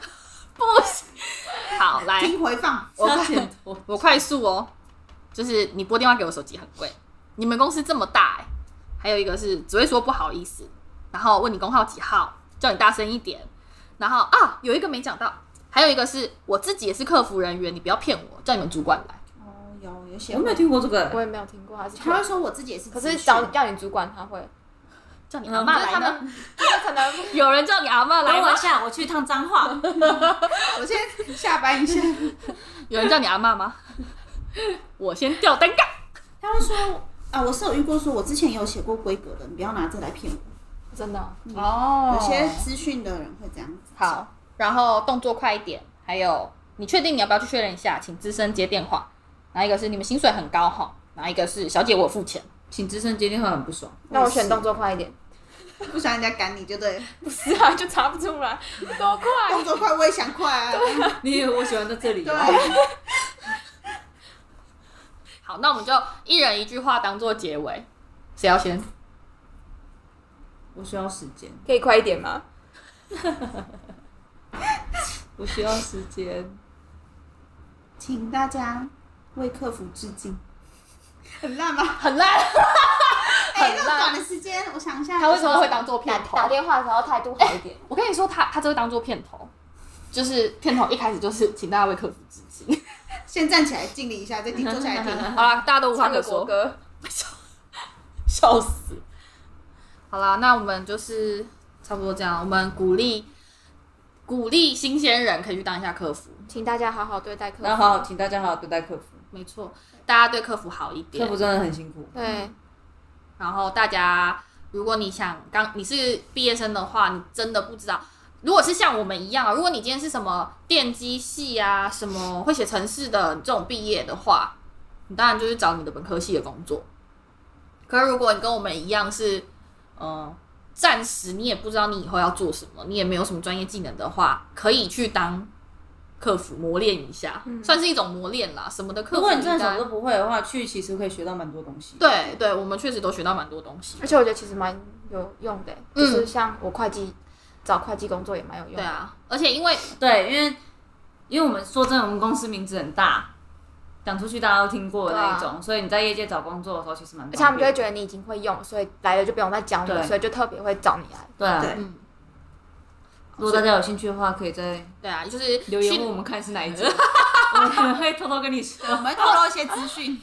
[SPEAKER 1] 好，来，
[SPEAKER 4] 听回放。
[SPEAKER 1] 我
[SPEAKER 3] 小
[SPEAKER 1] [laughs]
[SPEAKER 3] 姐多
[SPEAKER 1] 我快速哦，就是你拨电话给我手机很贵，你们公司这么大、欸，还有一个是只会说不好意思，然后问你工号几号，叫你大声一点，然后啊有一个没讲到，还有一个是我自己也是客服人员，你不要骗我，叫你们主管来，
[SPEAKER 4] 哦，有有
[SPEAKER 3] 我
[SPEAKER 4] 写
[SPEAKER 3] 没有听过这
[SPEAKER 2] 我
[SPEAKER 3] 个，
[SPEAKER 2] 也没有听过，还是
[SPEAKER 4] 他会说我自己也是
[SPEAKER 2] 可
[SPEAKER 4] 资讯，
[SPEAKER 2] 是找要你主管他会，
[SPEAKER 1] 叫你
[SPEAKER 3] 嗯
[SPEAKER 1] 阿妈
[SPEAKER 2] 就是
[SPEAKER 1] 来
[SPEAKER 2] 他
[SPEAKER 1] 呢，
[SPEAKER 2] 们他可能
[SPEAKER 1] 有人叫你阿妈来
[SPEAKER 3] 等我
[SPEAKER 1] 吗
[SPEAKER 3] 一？下，我去一趟脏话。
[SPEAKER 4] 我先下班一 [laughs] 下。
[SPEAKER 1] 有人叫你阿妈吗？ [laughs] 我先吊单杠，
[SPEAKER 4] 他会说啊，我是有遇过，说我之前有写过规格的，你不要拿这来骗我。
[SPEAKER 2] 真的哦
[SPEAKER 1] 哦
[SPEAKER 4] 有些资讯的人会这样子。
[SPEAKER 1] 好，然后动作快一点，还有你确定你要不要去确认一下，请资深接电话。哪一个是你们薪水很高哈？哪一个是小姐我付钱？
[SPEAKER 3] [laughs] 请资深接电话很不爽， [laughs]
[SPEAKER 2] 那我选动作快一点，
[SPEAKER 4] 不想人家赶你就对了，
[SPEAKER 2] 不是啊，就查不出来，多快。
[SPEAKER 4] 动作快我也想快啊。
[SPEAKER 3] 你以为我喜欢在这里
[SPEAKER 4] 对啊
[SPEAKER 3] 哦？，
[SPEAKER 1] 好，那我们就一人一句话当做结尾，谁要先？
[SPEAKER 3] 我需要时间，
[SPEAKER 2] 可以快一点吗？
[SPEAKER 3] 我需要时
[SPEAKER 1] [laughs]
[SPEAKER 3] 间。
[SPEAKER 4] 请大家为客服致敬。很烂吧？
[SPEAKER 1] 很烂，
[SPEAKER 4] 哎、那
[SPEAKER 1] 很
[SPEAKER 4] 么短
[SPEAKER 1] 烂。
[SPEAKER 4] 的时间，我想一下。
[SPEAKER 1] 他为什么会当做
[SPEAKER 2] 打
[SPEAKER 1] 片头
[SPEAKER 2] 打？电话的时候态度好一点，
[SPEAKER 1] [laughs] 我跟你说，他他就会当做片头，就是片头一开始就是请大家为客服致敬。
[SPEAKER 4] 先站起来敬礼一下，再听坐下来
[SPEAKER 2] [laughs]
[SPEAKER 4] 听。
[SPEAKER 1] [laughs] 好啦，大家都无话
[SPEAKER 2] 唱
[SPEAKER 1] 可
[SPEAKER 2] 个国
[SPEAKER 1] 说。
[SPEAKER 2] 歌。
[SPEAKER 1] [laughs] 笑死！好啦，那我们就是差不多这样。我们鼓励鼓励新鲜人可以去当一下客服，
[SPEAKER 2] 请大家好好对待客
[SPEAKER 3] 那
[SPEAKER 2] 户。
[SPEAKER 3] 好，请大家好好对待客服，
[SPEAKER 1] 没错，大家对客服好一
[SPEAKER 3] 客
[SPEAKER 1] 点
[SPEAKER 3] 服。真的很辛苦。
[SPEAKER 2] 对，
[SPEAKER 1] 然后大家，如果你想刚你是毕业生的话，你真的不知道。如果是像我们一样啊，如果你今天是什么电机系啊，什么会写程式的这种毕业的话，你当然就是找你的本科系的工作。可是如果你跟我们一样是，呃，暂时你也不知道你以后要做什么，你也没有什么专业技能的话，可以去当客服磨练一下，
[SPEAKER 2] 嗯
[SPEAKER 1] 算是一种磨练啦。什么的客服
[SPEAKER 3] 如
[SPEAKER 1] 应
[SPEAKER 3] 果
[SPEAKER 1] 该，
[SPEAKER 3] 你真的什么都不会的话，去其实可以学到蛮多东西。，
[SPEAKER 1] 对对，我们确实都学到蛮多东西。
[SPEAKER 2] 而且我觉得其实蛮有用的，欸就是像我会计找会计工作也蛮有用
[SPEAKER 1] 对
[SPEAKER 2] 的。
[SPEAKER 1] 啊，而且因为
[SPEAKER 3] 对，因为因为我们说真的，我们公司名字很大，讲出去大家都听过的那一种，所以你在业界找工作的时候其实蛮
[SPEAKER 2] 啊而且他
[SPEAKER 3] 方
[SPEAKER 2] 们就会
[SPEAKER 3] 便的。
[SPEAKER 2] 觉得你已经会用，所以来了就不用再教你，
[SPEAKER 3] 对
[SPEAKER 2] 所以就特别会找你来。
[SPEAKER 3] 对啊，
[SPEAKER 4] 对
[SPEAKER 1] 嗯，
[SPEAKER 3] 如果大家有兴趣的话，可以再
[SPEAKER 1] 对啊，就是
[SPEAKER 3] 留言
[SPEAKER 1] 去
[SPEAKER 3] 问我们看是哪
[SPEAKER 2] [laughs]
[SPEAKER 3] 一集，我们可能会偷偷跟你说。
[SPEAKER 4] 我们会透露一些资
[SPEAKER 2] [laughs]
[SPEAKER 4] 讯，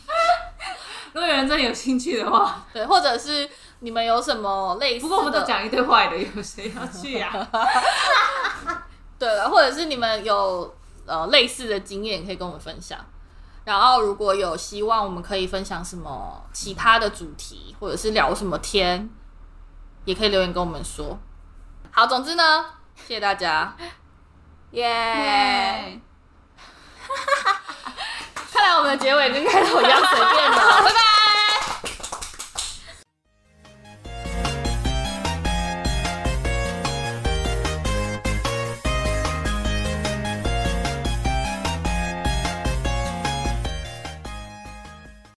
[SPEAKER 3] 如果有人真的有兴趣的话，
[SPEAKER 1] [laughs] 对，或者是你们有什么类似的？
[SPEAKER 3] 不过我们都讲一堆坏的，有谁要去啊呀？
[SPEAKER 1] 对了，或者是你们有呃类似的经验，可以跟我们分享。然后如果有希望，我们可以分享什么其他的主题，或者是聊什么天，也可以留言跟我们说。好，总之呢，谢谢大家。
[SPEAKER 2] 哎耶、
[SPEAKER 1] 看来我们的结尾跟开头一样随便的，拜拜。